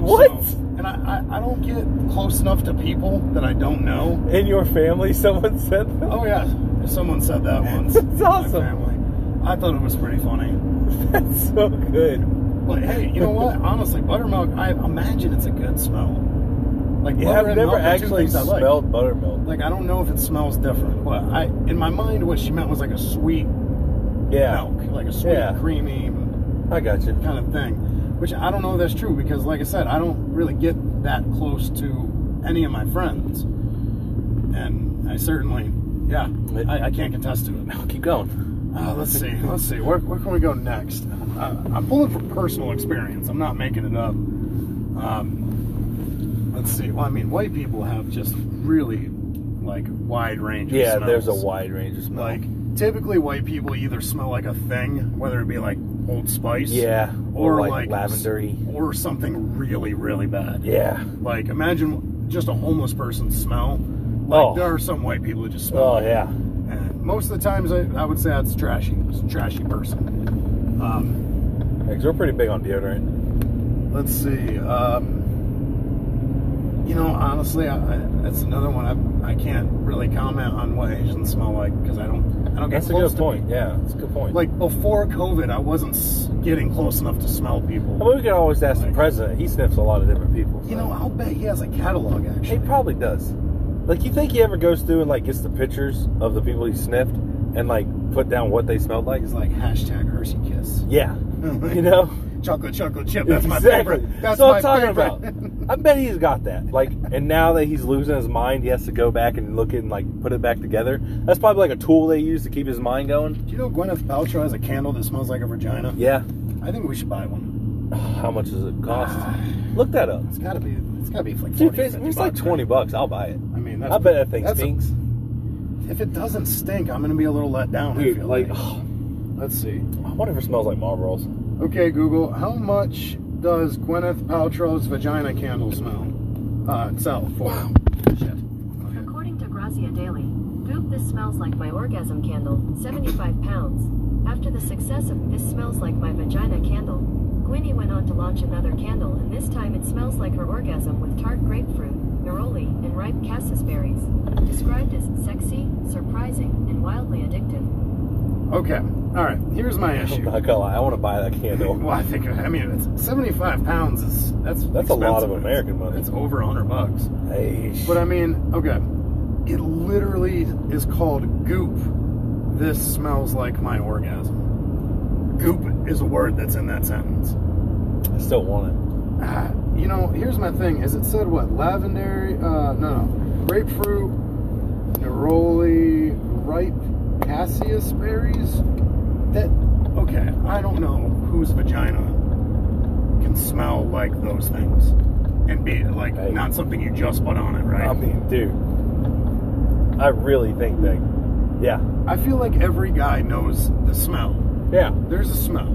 Speaker 1: What?
Speaker 2: So- and I, I, I don't get close enough to people that I don't know.
Speaker 1: In your family, someone said that.
Speaker 2: Oh, yeah, someone said that once.
Speaker 1: That's
Speaker 2: in my
Speaker 1: awesome.
Speaker 2: family. I thought it was pretty funny.
Speaker 1: That's so good.
Speaker 2: But hey, you know what? Honestly, buttermilk, I imagine it's a good smell. Like
Speaker 1: Yeah, I've
Speaker 2: buttermilk
Speaker 1: never
Speaker 2: are two
Speaker 1: actually
Speaker 2: things I like.
Speaker 1: smelled buttermilk.
Speaker 2: Like I don't know if it smells different, but I in my mind what she meant was like a sweet
Speaker 1: Yeah,
Speaker 2: milk, like a sweet
Speaker 1: Yeah.
Speaker 2: creamy
Speaker 1: I got you.
Speaker 2: kind of thing. Which I don't know if that's true because like I said, I don't really get that close to any of my friends. And I certainly yeah, I, I can't contest to it.
Speaker 1: Keep going.
Speaker 2: Uh, let's see. Let's see. Where, where can we go next? Uh, I'm pulling from personal experience. I'm not making it up. Um, let's see. Well, I mean, white people have just really like wide range. Of
Speaker 1: Yeah, there's a
Speaker 2: smells.
Speaker 1: wide range of smell.
Speaker 2: Like typically, white people either smell like a thing, whether it be like Old Spice,
Speaker 1: yeah,
Speaker 2: or, like,
Speaker 1: lavendery.
Speaker 2: or something really, really bad.
Speaker 1: Yeah.
Speaker 2: Like imagine just a homeless person smell. Like
Speaker 1: Oh.
Speaker 2: there are some white people that just smell.
Speaker 1: Oh
Speaker 2: like
Speaker 1: yeah.
Speaker 2: and most of the times, I, I would say that's trashy. It's a trashy person. Um,
Speaker 1: Yeah, we we're pretty big on deodorant.
Speaker 2: let's see. Um, you know, honestly, I, I, that's another one I, I can't really comment on what Asians smell like because I don't I don't get
Speaker 1: That's a
Speaker 2: close
Speaker 1: good
Speaker 2: to
Speaker 1: point. Yeah, that's a good point.
Speaker 2: Like before COVID, I wasn't s- getting close enough to smell people.
Speaker 1: I mean, we could always ask the
Speaker 2: Like-
Speaker 1: president. He sniffs a lot of different people.
Speaker 2: you
Speaker 1: so.
Speaker 2: know, I'll bet he has a catalog
Speaker 1: He
Speaker 2: actually.
Speaker 1: probably does. Like, you think he ever goes through and like gets the pictures of the people he sniffed and like put down what they smelled like?
Speaker 2: He's like hashtag Hershey Kiss.
Speaker 1: Yeah, you know,
Speaker 2: chocolate chocolate chip. That's my
Speaker 1: exactly.
Speaker 2: favorite.
Speaker 1: That's what
Speaker 2: That's
Speaker 1: I'm
Speaker 2: my
Speaker 1: talking
Speaker 2: favorite.
Speaker 1: about. I bet he's got that. Like, and now that he's losing his mind, he has to go back and look and like put it back together. That's probably like a tool they use to keep his mind going.
Speaker 2: Do you know Gwyneth Paltrow has a candle that smells like a vagina?
Speaker 1: Yeah.
Speaker 2: I think we should buy one.
Speaker 1: How much does it cost? Look that up.
Speaker 2: It's gotta be. It's gotta be like. 40
Speaker 1: Dude,
Speaker 2: or
Speaker 1: it's,
Speaker 2: 50
Speaker 1: it's like
Speaker 2: bucks,
Speaker 1: twenty
Speaker 2: right?
Speaker 1: bucks. I'll buy it.
Speaker 2: I mean, that's
Speaker 1: I bet that thing
Speaker 2: that's a-
Speaker 1: stinks.
Speaker 2: if it doesn't stink, I'm gonna be a little let down. I
Speaker 1: Dude,
Speaker 2: feel
Speaker 1: like,
Speaker 2: like, let's see.
Speaker 1: I wonder if it smells like Marlboros.
Speaker 2: Okay, Google, how much does Gwyneth Paltrow's vagina candle smell? Uh, sell for? Wow. Shit.
Speaker 4: According to Grazia Daily, Goop This Smells Like My Orgasm Candle, 75 pounds. After the success of This Smells Like My Vagina Candle, Gwynny went on to launch another candle and this time it smells like her orgasm with tart grapefruit, neroli, and ripe cassis berries. Described as sexy, surprising, and wildly addictive.
Speaker 2: Okay. All right. Here's my
Speaker 1: I'm
Speaker 2: issue.
Speaker 1: not gonna lie, I want to buy that candle.
Speaker 2: Well, I think I mean it's 75 pounds is that's
Speaker 1: That's a lot
Speaker 2: expensive.
Speaker 1: of American money.
Speaker 2: It's over 100 bucks.
Speaker 1: Hey,
Speaker 2: But I mean, okay, it literally is called goop. This smells like my orgasm. Goop is a word that's in that sentence.
Speaker 1: I still want
Speaker 2: Ah, you know, here's my thing: is it said what lavender? Uh, no, no, grapefruit, neroli, ripe cassius berries. That okay? I don't know whose vagina can smell like those things and be like
Speaker 1: Hey.
Speaker 2: not something you just put on it,
Speaker 1: it.
Speaker 2: right?
Speaker 1: I mean, dude, I really think that. Yeah,
Speaker 2: I feel like every guy knows the smell.
Speaker 1: yeah.
Speaker 2: there's a smell.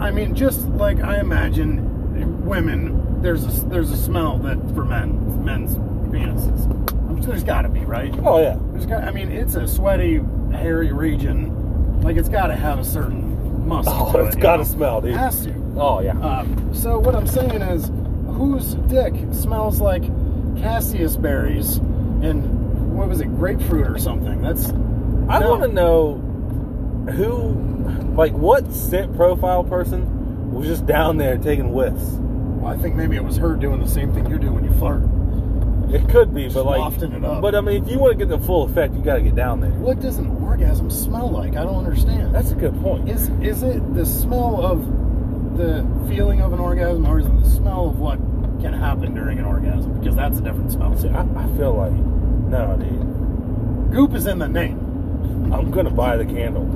Speaker 2: I mean, just like I imagine women, there's a there's a smell that for men men's penises. I'm sure there's got to be, right?
Speaker 1: Oh yeah.
Speaker 2: There's got. I mean, it's a sweaty, hairy region. Like it's got to have a certain muscle.
Speaker 1: Oh,
Speaker 2: to
Speaker 1: it's
Speaker 2: it, Ah. you
Speaker 1: gotta
Speaker 2: know?
Speaker 1: smell, dude.
Speaker 2: Has to.
Speaker 1: Oh yeah.
Speaker 2: Um, so what I'm saying is, whose dick smells like cassis berries and what was it, grapefruit or something? That's
Speaker 1: I
Speaker 2: no.
Speaker 1: want to know who, like, what scent profile person was just down there taking whiffs.
Speaker 2: Well, I think maybe it was her doing the same thing you do when you flirt.
Speaker 1: It could be, but
Speaker 2: Just
Speaker 1: like,
Speaker 2: wafting it up.
Speaker 1: but I mean, if you want to get the full effect, you got to get down there.
Speaker 2: What does an orgasm smell like? I don't understand.
Speaker 1: That's a good point.
Speaker 2: is is it the smell of the feeling of an orgasm, or is it the smell of what can happen during an orgasm? Because that's a different smell.
Speaker 1: See, I, I feel like, no, dude,
Speaker 2: Goop is in the name.
Speaker 1: I'm gonna buy the candle.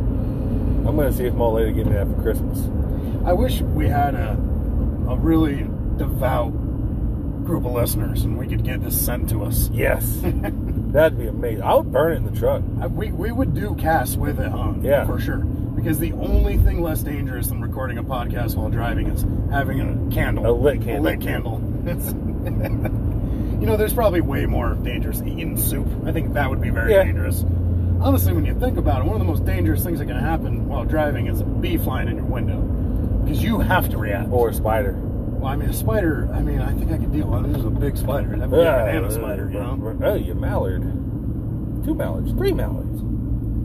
Speaker 1: I'm gonna see if my old lady give me that for Christmas.
Speaker 2: I wish we had a a really devout group of listeners, and we could get this sent to us.
Speaker 1: Yes, that'd be amazing. I would burn it in the truck.
Speaker 2: I- We, we would do casts with it on,
Speaker 1: Yeah.
Speaker 2: for sure. Because the only thing less dangerous than recording a podcast while driving is having a candle,
Speaker 1: A lit candle.
Speaker 2: lit candle. It's- you know, there's probably way more dangerous eating soup. I think that would be very
Speaker 1: Yeah.
Speaker 2: dangerous. Honestly, when you think about it, one of the most dangerous things that can happen while driving is a bee flying in your window because you have to react.
Speaker 1: or a spider.
Speaker 2: well, I mean, a spider. I mean, I think I could deal with it. There's a big spider. That'd be a banana spider, you know.
Speaker 1: Uh, Oh, you mallard. Two mallards, three mallards.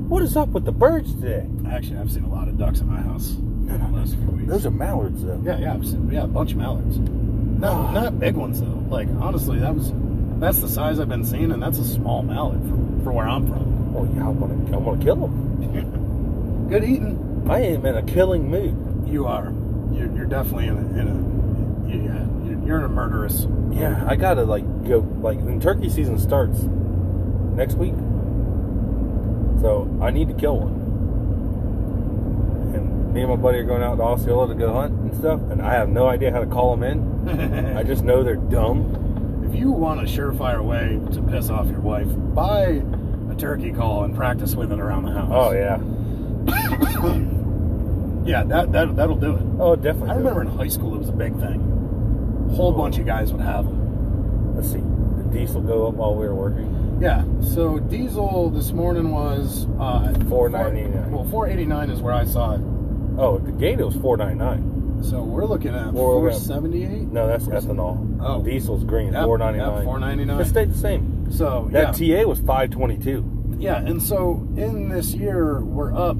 Speaker 1: What is up with the birds today?
Speaker 2: Actually, I've seen a lot of ducks in my house in the last few weeks.
Speaker 1: Those are mallards, though.
Speaker 2: Yeah, yeah, I've seen, yeah, a bunch of mallards.
Speaker 3: Not not big ones though. Like honestly, that was that's the size I've been seeing, and that's a small mallet for, for where I'm from.
Speaker 1: Oh yeah, I want to. I want to kill him.
Speaker 3: Good eating.
Speaker 1: I am in a killing mood.
Speaker 2: You are. You're, you're definitely in a. In a you- yeah, you're- you're in a murderous.
Speaker 1: Yeah, I gotta like go like when turkey season starts next week. So I need to kill one. And me and my buddy are going out to Osceola to go hunt and stuff, and I have no idea how to call them in. I
Speaker 2: if
Speaker 1: just know they're dumb.
Speaker 2: you want a surefire way to piss off your wife, buy a turkey call and practice with it around the house.
Speaker 1: Oh yeah.
Speaker 2: Yeah, that, that, that'll do it.
Speaker 1: Oh definitely.
Speaker 2: I
Speaker 1: do.
Speaker 2: remember in high school it was a big thing. Whole bunch of guys would have them.
Speaker 1: Let's see. The diesel go up while we were working.
Speaker 2: Yeah.
Speaker 3: So diesel this morning was uh,
Speaker 1: Four ninety nine.
Speaker 3: Well, four eighty nine is where I saw it.
Speaker 1: Oh, at the gate it was four ninety nine.
Speaker 3: So we're looking at
Speaker 1: We're
Speaker 3: four
Speaker 1: looking at-
Speaker 3: seventy eight.
Speaker 1: No, that's ethanol.
Speaker 3: Oh.
Speaker 1: Diesel's green.
Speaker 3: Yep,
Speaker 1: Four ninety
Speaker 3: yep,
Speaker 1: nine.
Speaker 3: $4.99.
Speaker 1: It stayed the same.
Speaker 3: So yeah,
Speaker 1: That TA was five twenty two.
Speaker 3: yeah, and so in this year we're up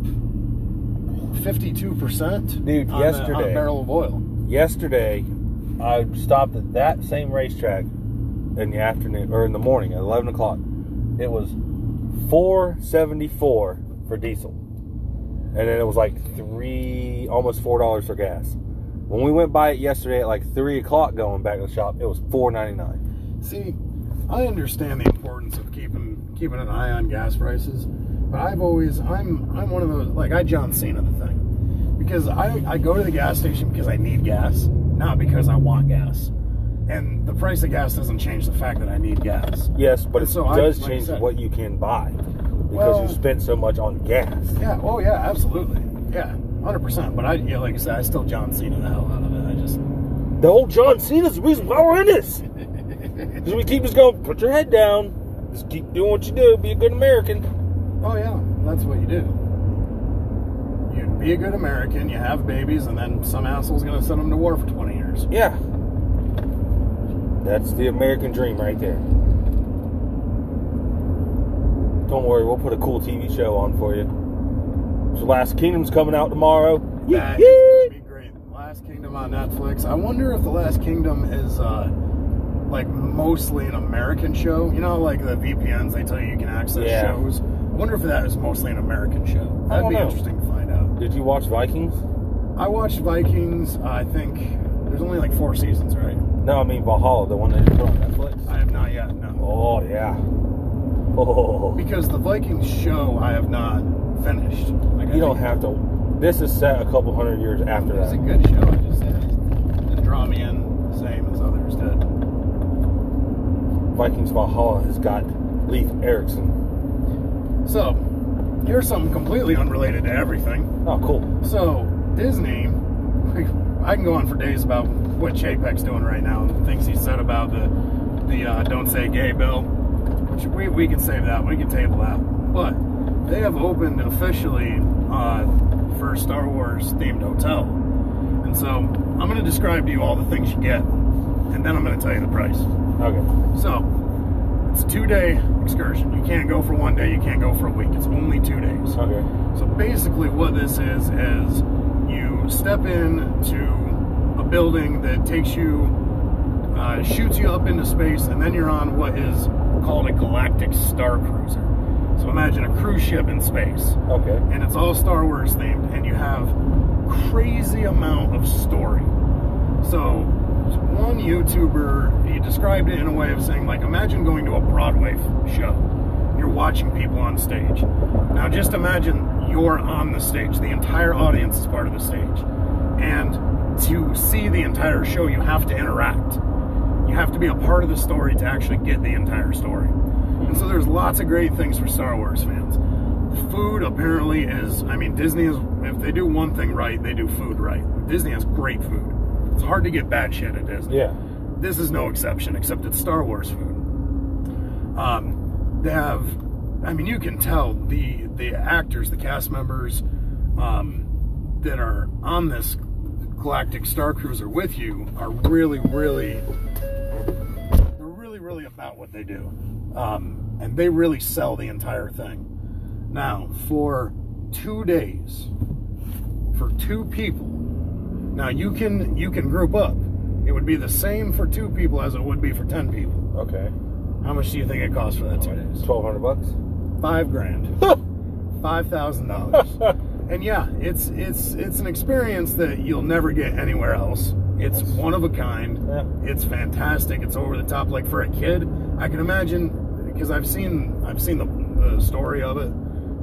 Speaker 3: fifty two percent,
Speaker 1: Dude,
Speaker 3: On a, on a
Speaker 1: yesterday-
Speaker 3: barrel of oil.
Speaker 1: yesterday i stopped at that same racetrack in the afternoon or in the morning at 11 o'clock it was 474 for diesel and then it was like three almost four dollars for gas when we went by it yesterday at like three o'clock going back to the shop it was 499
Speaker 2: See,
Speaker 3: I understand
Speaker 2: the importance of keeping keeping an eye on gas prices.
Speaker 3: But I've always I'm I'm one of those like I John Cena the thing. Because I, I go to the gas station because I need gas, not because I want gas.
Speaker 2: And the price of gas doesn't change the fact that I need gas.
Speaker 1: yes but
Speaker 3: And
Speaker 1: it
Speaker 3: so I-
Speaker 1: does
Speaker 3: like I
Speaker 1: change
Speaker 3: said-
Speaker 1: what you can buy because
Speaker 3: Well-
Speaker 1: you spent so much on gas
Speaker 3: Yeah, oh yeah, absolutely.
Speaker 2: Yeah, hundred percent. But I, yeah, like I said, I still John Cena the hell out of it. I just,
Speaker 1: The old John Cena's the reason why we're in this. Because we keep just going, put your head down, just keep doing what you do, be a good American.
Speaker 3: Oh yeah,
Speaker 2: that's what you do. You be a good American. You have babies, and then some asshole's gonna send them to war for twenty years.
Speaker 1: Yeah. That's the American dream right there. Don't worry, we'll put a cool TV show on for you. So Last Kingdom's coming out tomorrow.
Speaker 2: That
Speaker 1: Yee-
Speaker 2: is
Speaker 1: yee!
Speaker 2: gonna be great. Last Kingdom on Netflix. I wonder if The Last Kingdom is uh like mostly an American show. You know, like the VPNs they tell you you can access
Speaker 1: Yeah.
Speaker 2: shows. I wonder if that is mostly an American show.
Speaker 1: I
Speaker 2: That'd
Speaker 1: don't
Speaker 2: be
Speaker 1: know.
Speaker 2: interesting to find out.
Speaker 1: Did you watch Vikings?
Speaker 2: I watched Vikings. I think there's only like four seasons, right?
Speaker 1: No, I mean Valhalla, the one that you put on Netflix.
Speaker 2: I have not yet. No,
Speaker 1: Oh, yeah. Oh.
Speaker 2: because the Vikings show I have not finished. Like, I
Speaker 1: You don't
Speaker 2: think-
Speaker 1: have to. This is set a couple hundred years after
Speaker 2: It's a
Speaker 1: that.
Speaker 2: good show. I just it didn't draw me in the same as others did.
Speaker 1: Vikings Valhalla has got Leif Erikson.
Speaker 2: So, here's something completely unrelated to everything.
Speaker 1: Oh, cool.
Speaker 2: So, Disney, I can go on for days about what Chapek's doing right now and the things he said about the the uh, "Don't Say Gay" bill, which we we can save that, we can table that. But they have opened officially uh, for Star Wars themed hotel, and so I'm going to describe to you all the things you get, and then I'm going to tell you the price.
Speaker 1: Okay.
Speaker 2: So, it's a two-day excursion. You can't go for one day. You can't go for a week. It's only two days.
Speaker 1: Okay.
Speaker 2: So basically, what this is is you step into a building that takes you, uh, shoots you up into space, and then you're on what is called a galactic star cruiser. So imagine a cruise ship in space,
Speaker 1: Okay.
Speaker 2: and it's all Star Wars themed, and you have crazy amount of story. So one YouTuber he described it in a way of saying like, imagine going to a Broadway f- show you're watching people on stage. Now just imagine you're on the stage. The entire audience is part of the stage. And to see the entire show, you have to interact. You have to be a part of the story to actually get the entire story. And so there's lots of great things for Star Wars fans. Food apparently is, I mean, Disney is, if they do one thing right, they do food right. Disney has great food. It's hard to get bad shit at Disney
Speaker 1: Yeah.
Speaker 2: this is no exception, except it's Star Wars food. Um, they have, I mean, you can tell the the actors, the cast members um, that are on this Galactic Star Cruiser with you are really, really, they're really, really about what they do, um, and they really sell the entire thing. Now, for two days, for two people, now you can you can group up. It would be the same for two people as it would be for ten people.
Speaker 1: Okay.
Speaker 2: How much do you think it costs for that two days?
Speaker 1: Twelve hundred bucks.
Speaker 2: Five grand. Five thousand dollars. And yeah, it's it's it's an experience that you'll never get anywhere else. It's one of a kind.
Speaker 1: Yeah.
Speaker 2: It's fantastic. It's over the top. Like for a kid, I can imagine because I've seen I've seen the, the story of it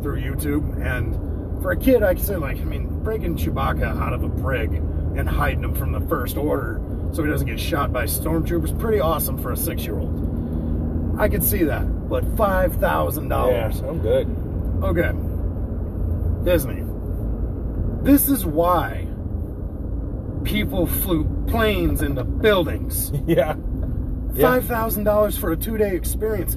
Speaker 2: through YouTube, and for a kid, I can say like I mean, breaking Chewbacca out of a brig and hiding him from the First Order so he doesn't get shot by stormtroopers pretty awesome for a six year old. I could see that, but five thousand
Speaker 1: Yeah,
Speaker 2: dollars.
Speaker 1: I'm good.
Speaker 2: Okay. Disney. This is why people flew planes into buildings.
Speaker 1: Yeah. Yeah.
Speaker 2: $5,000 for a two day experience.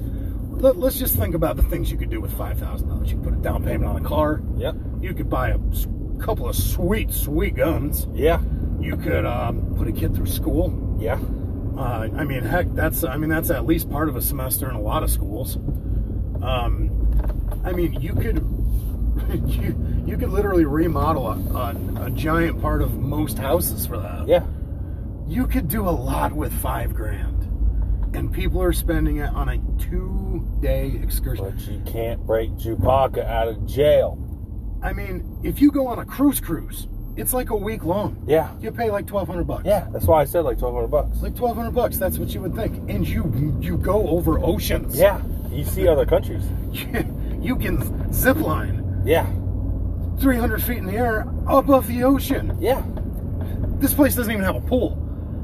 Speaker 2: Let, us just think about the things you could do with $5,000. You could put a down payment on a car.
Speaker 1: Yep.
Speaker 2: You could buy a s- couple of sweet, sweet guns.
Speaker 1: Yeah.
Speaker 2: You could um, put a kid through school.
Speaker 1: Yeah.
Speaker 2: Uh, I mean, heck, that's I mean that's at least part of a semester in a lot of schools. Um, I mean, you could you, you could literally remodel a, a, a giant part of most houses for that.
Speaker 1: Yeah.
Speaker 2: You could do a lot with five grand, and people are spending it on a two-day excursion.
Speaker 1: But you can't break Chewbacca out of jail.
Speaker 2: I mean, if you go on a cruise cruise, it's like a week long.
Speaker 1: Yeah.
Speaker 2: You pay like twelve hundred bucks.
Speaker 1: Yeah. That's why I said like twelve hundred bucks.
Speaker 2: Like twelve hundred bucks, that's what you would think. And you you go over oceans.
Speaker 1: Yeah. You see other countries.
Speaker 2: you can zip line
Speaker 1: Yeah.
Speaker 2: 300 feet in the air above the ocean.
Speaker 1: Yeah.
Speaker 2: This place doesn't even have a pool.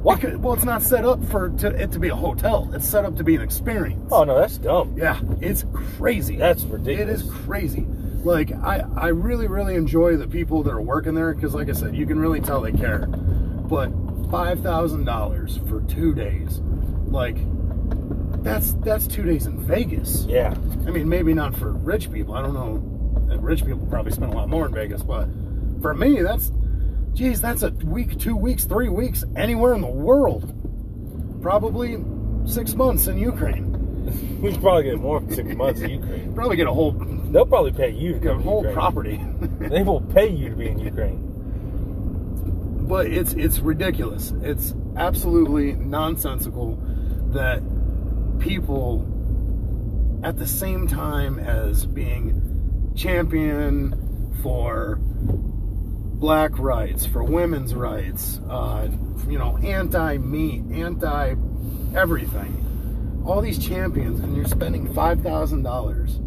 Speaker 1: What?
Speaker 2: Because- well, it's not set up for to, it to be a hotel. It's set up to be an experience.
Speaker 1: Oh no, that's dumb.
Speaker 2: Yeah, it's crazy.
Speaker 1: That's ridiculous.
Speaker 2: It is crazy. Like I, I really, really enjoy the people that are working there because, like I said, you can really tell they care. But five thousand dollars for two days, like that's that's two days in Vegas.
Speaker 1: Yeah.
Speaker 2: I mean, maybe not for rich people. I don't know. Uh, Rich people probably spend a lot more in Vegas, but for me, that's, geez, that's a week, two weeks, three weeks anywhere in the world. Probably six months in Ukraine.
Speaker 1: We should probably get more for six months in Ukraine.
Speaker 2: Probably get a whole,
Speaker 1: They'll probably pay you to
Speaker 2: get
Speaker 1: go
Speaker 2: a
Speaker 1: to
Speaker 2: whole
Speaker 1: Ukraine.
Speaker 2: property.
Speaker 1: They will pay you to be in Ukraine.
Speaker 2: but it's it's ridiculous. It's absolutely nonsensical that people at the same time as being champion for black rights, for women's rights, uh, you know, anti-meat, anti-everything. All these champions, and you're spending five thousand dollars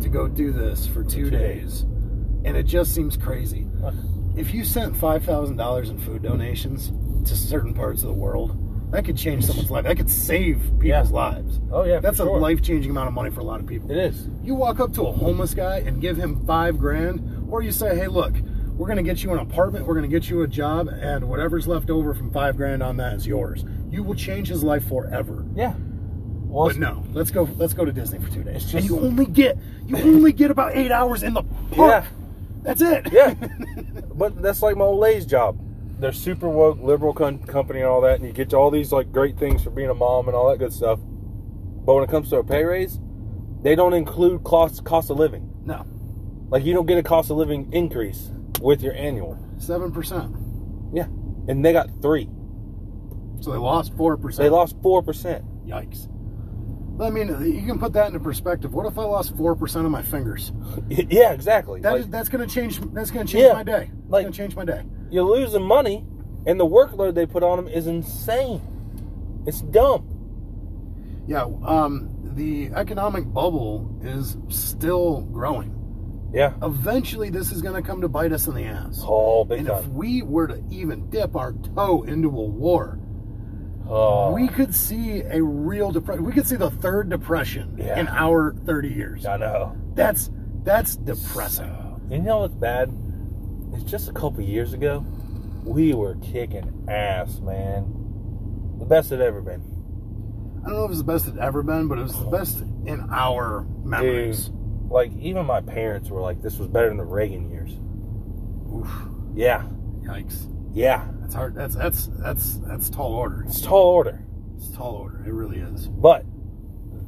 Speaker 2: to go do this for two days, and it just seems crazy.
Speaker 1: Oh,
Speaker 2: If you sent five thousand dollars in food donations to certain parts of the world, that could change someone's life. That could save people's
Speaker 1: Yeah.
Speaker 2: lives.
Speaker 1: Oh, yeah, for
Speaker 2: that's a
Speaker 1: sure.
Speaker 2: life-changing amount of money for a lot of people.
Speaker 1: It is.
Speaker 2: You walk up to a homeless guy and give him five grand, or you say, hey, look, we're going to get you an apartment, we're going to get you a job, and whatever's left over from five grand on that is yours. You will change his life forever.
Speaker 1: Yeah. Well,
Speaker 2: But no, let's go. Let's go to Disney for two days.
Speaker 1: It's
Speaker 2: and
Speaker 1: just-
Speaker 2: you only get you only get about eight hours in the
Speaker 1: Yeah.
Speaker 2: park. That's it.
Speaker 1: Yeah. but that's like my old lady's job. They're super woke, liberal con- company and all that, and you get all these like great things for being a mom and all that good stuff. But when it comes to a pay raise, they don't include cost cost of living.
Speaker 2: No,
Speaker 1: Like you don't get a cost of living increase with your annual.
Speaker 2: seven percent.
Speaker 1: Yeah. And they got three.
Speaker 2: So they lost four percent.
Speaker 1: They lost four percent.
Speaker 2: Yikes. I mean, you can put that into perspective. What if I lost four percent of my fingers?
Speaker 1: Yeah, exactly.
Speaker 2: That
Speaker 1: Like,
Speaker 2: is that's gonna change. That's gonna change
Speaker 1: Yeah.
Speaker 2: my day. That's
Speaker 1: Like-
Speaker 2: gonna change my day.
Speaker 1: you're losing money, and the workload they put on them is insane. It's dumb.
Speaker 2: Yeah, um, the economic bubble is still growing.
Speaker 1: Yeah.
Speaker 2: Eventually, this is going to come to bite us in the ass.
Speaker 1: Oh, big
Speaker 2: and if
Speaker 1: time.
Speaker 2: we were to even dip our toe into a war,
Speaker 1: Oh,
Speaker 2: we could see a real depression. We could see the third depression
Speaker 1: Yeah.
Speaker 2: in our 30 years.
Speaker 1: I know.
Speaker 2: That's that's depressing.
Speaker 1: You know what's bad? It's just a couple years ago, we were kicking ass, man. The best it ever been.
Speaker 2: I don't know if it's the best it's ever been, but it was the best in our
Speaker 1: Dude,
Speaker 2: memories.
Speaker 1: like even my parents were like, "This was better than the Reagan years."
Speaker 2: Oof.
Speaker 1: Yeah,
Speaker 2: Yikes.
Speaker 1: yeah.
Speaker 2: That's hard. That's that's that's that's tall order.
Speaker 1: It's a tall order,
Speaker 2: It's tall order. It really is.
Speaker 1: but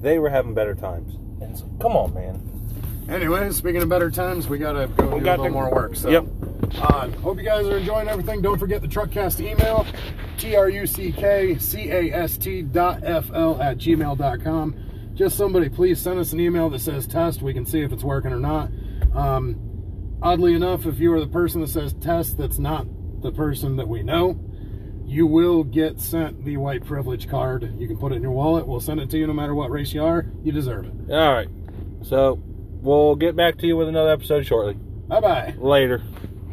Speaker 1: they were having better times. And so, come on, man.
Speaker 2: Anyway, speaking of better times, we gotta go do a little more work. So Uh,
Speaker 1: Yep.
Speaker 5: on.
Speaker 2: Hope you guys are enjoying everything. Don't forget the Truckcast email, T-R-U-C-K-C-A-S-T dot F-L at gmail.com. Just somebody please send us an email that says test. We can see if it's working or not. Um, oddly enough, if you are the person that says test that's not the person that we know, you will get sent the white privilege card. You can put it in your wallet. We'll send it to you no matter what race you are. You deserve it.
Speaker 1: All right. So we'll get back to you with another episode shortly.
Speaker 2: Bye bye.
Speaker 1: Later.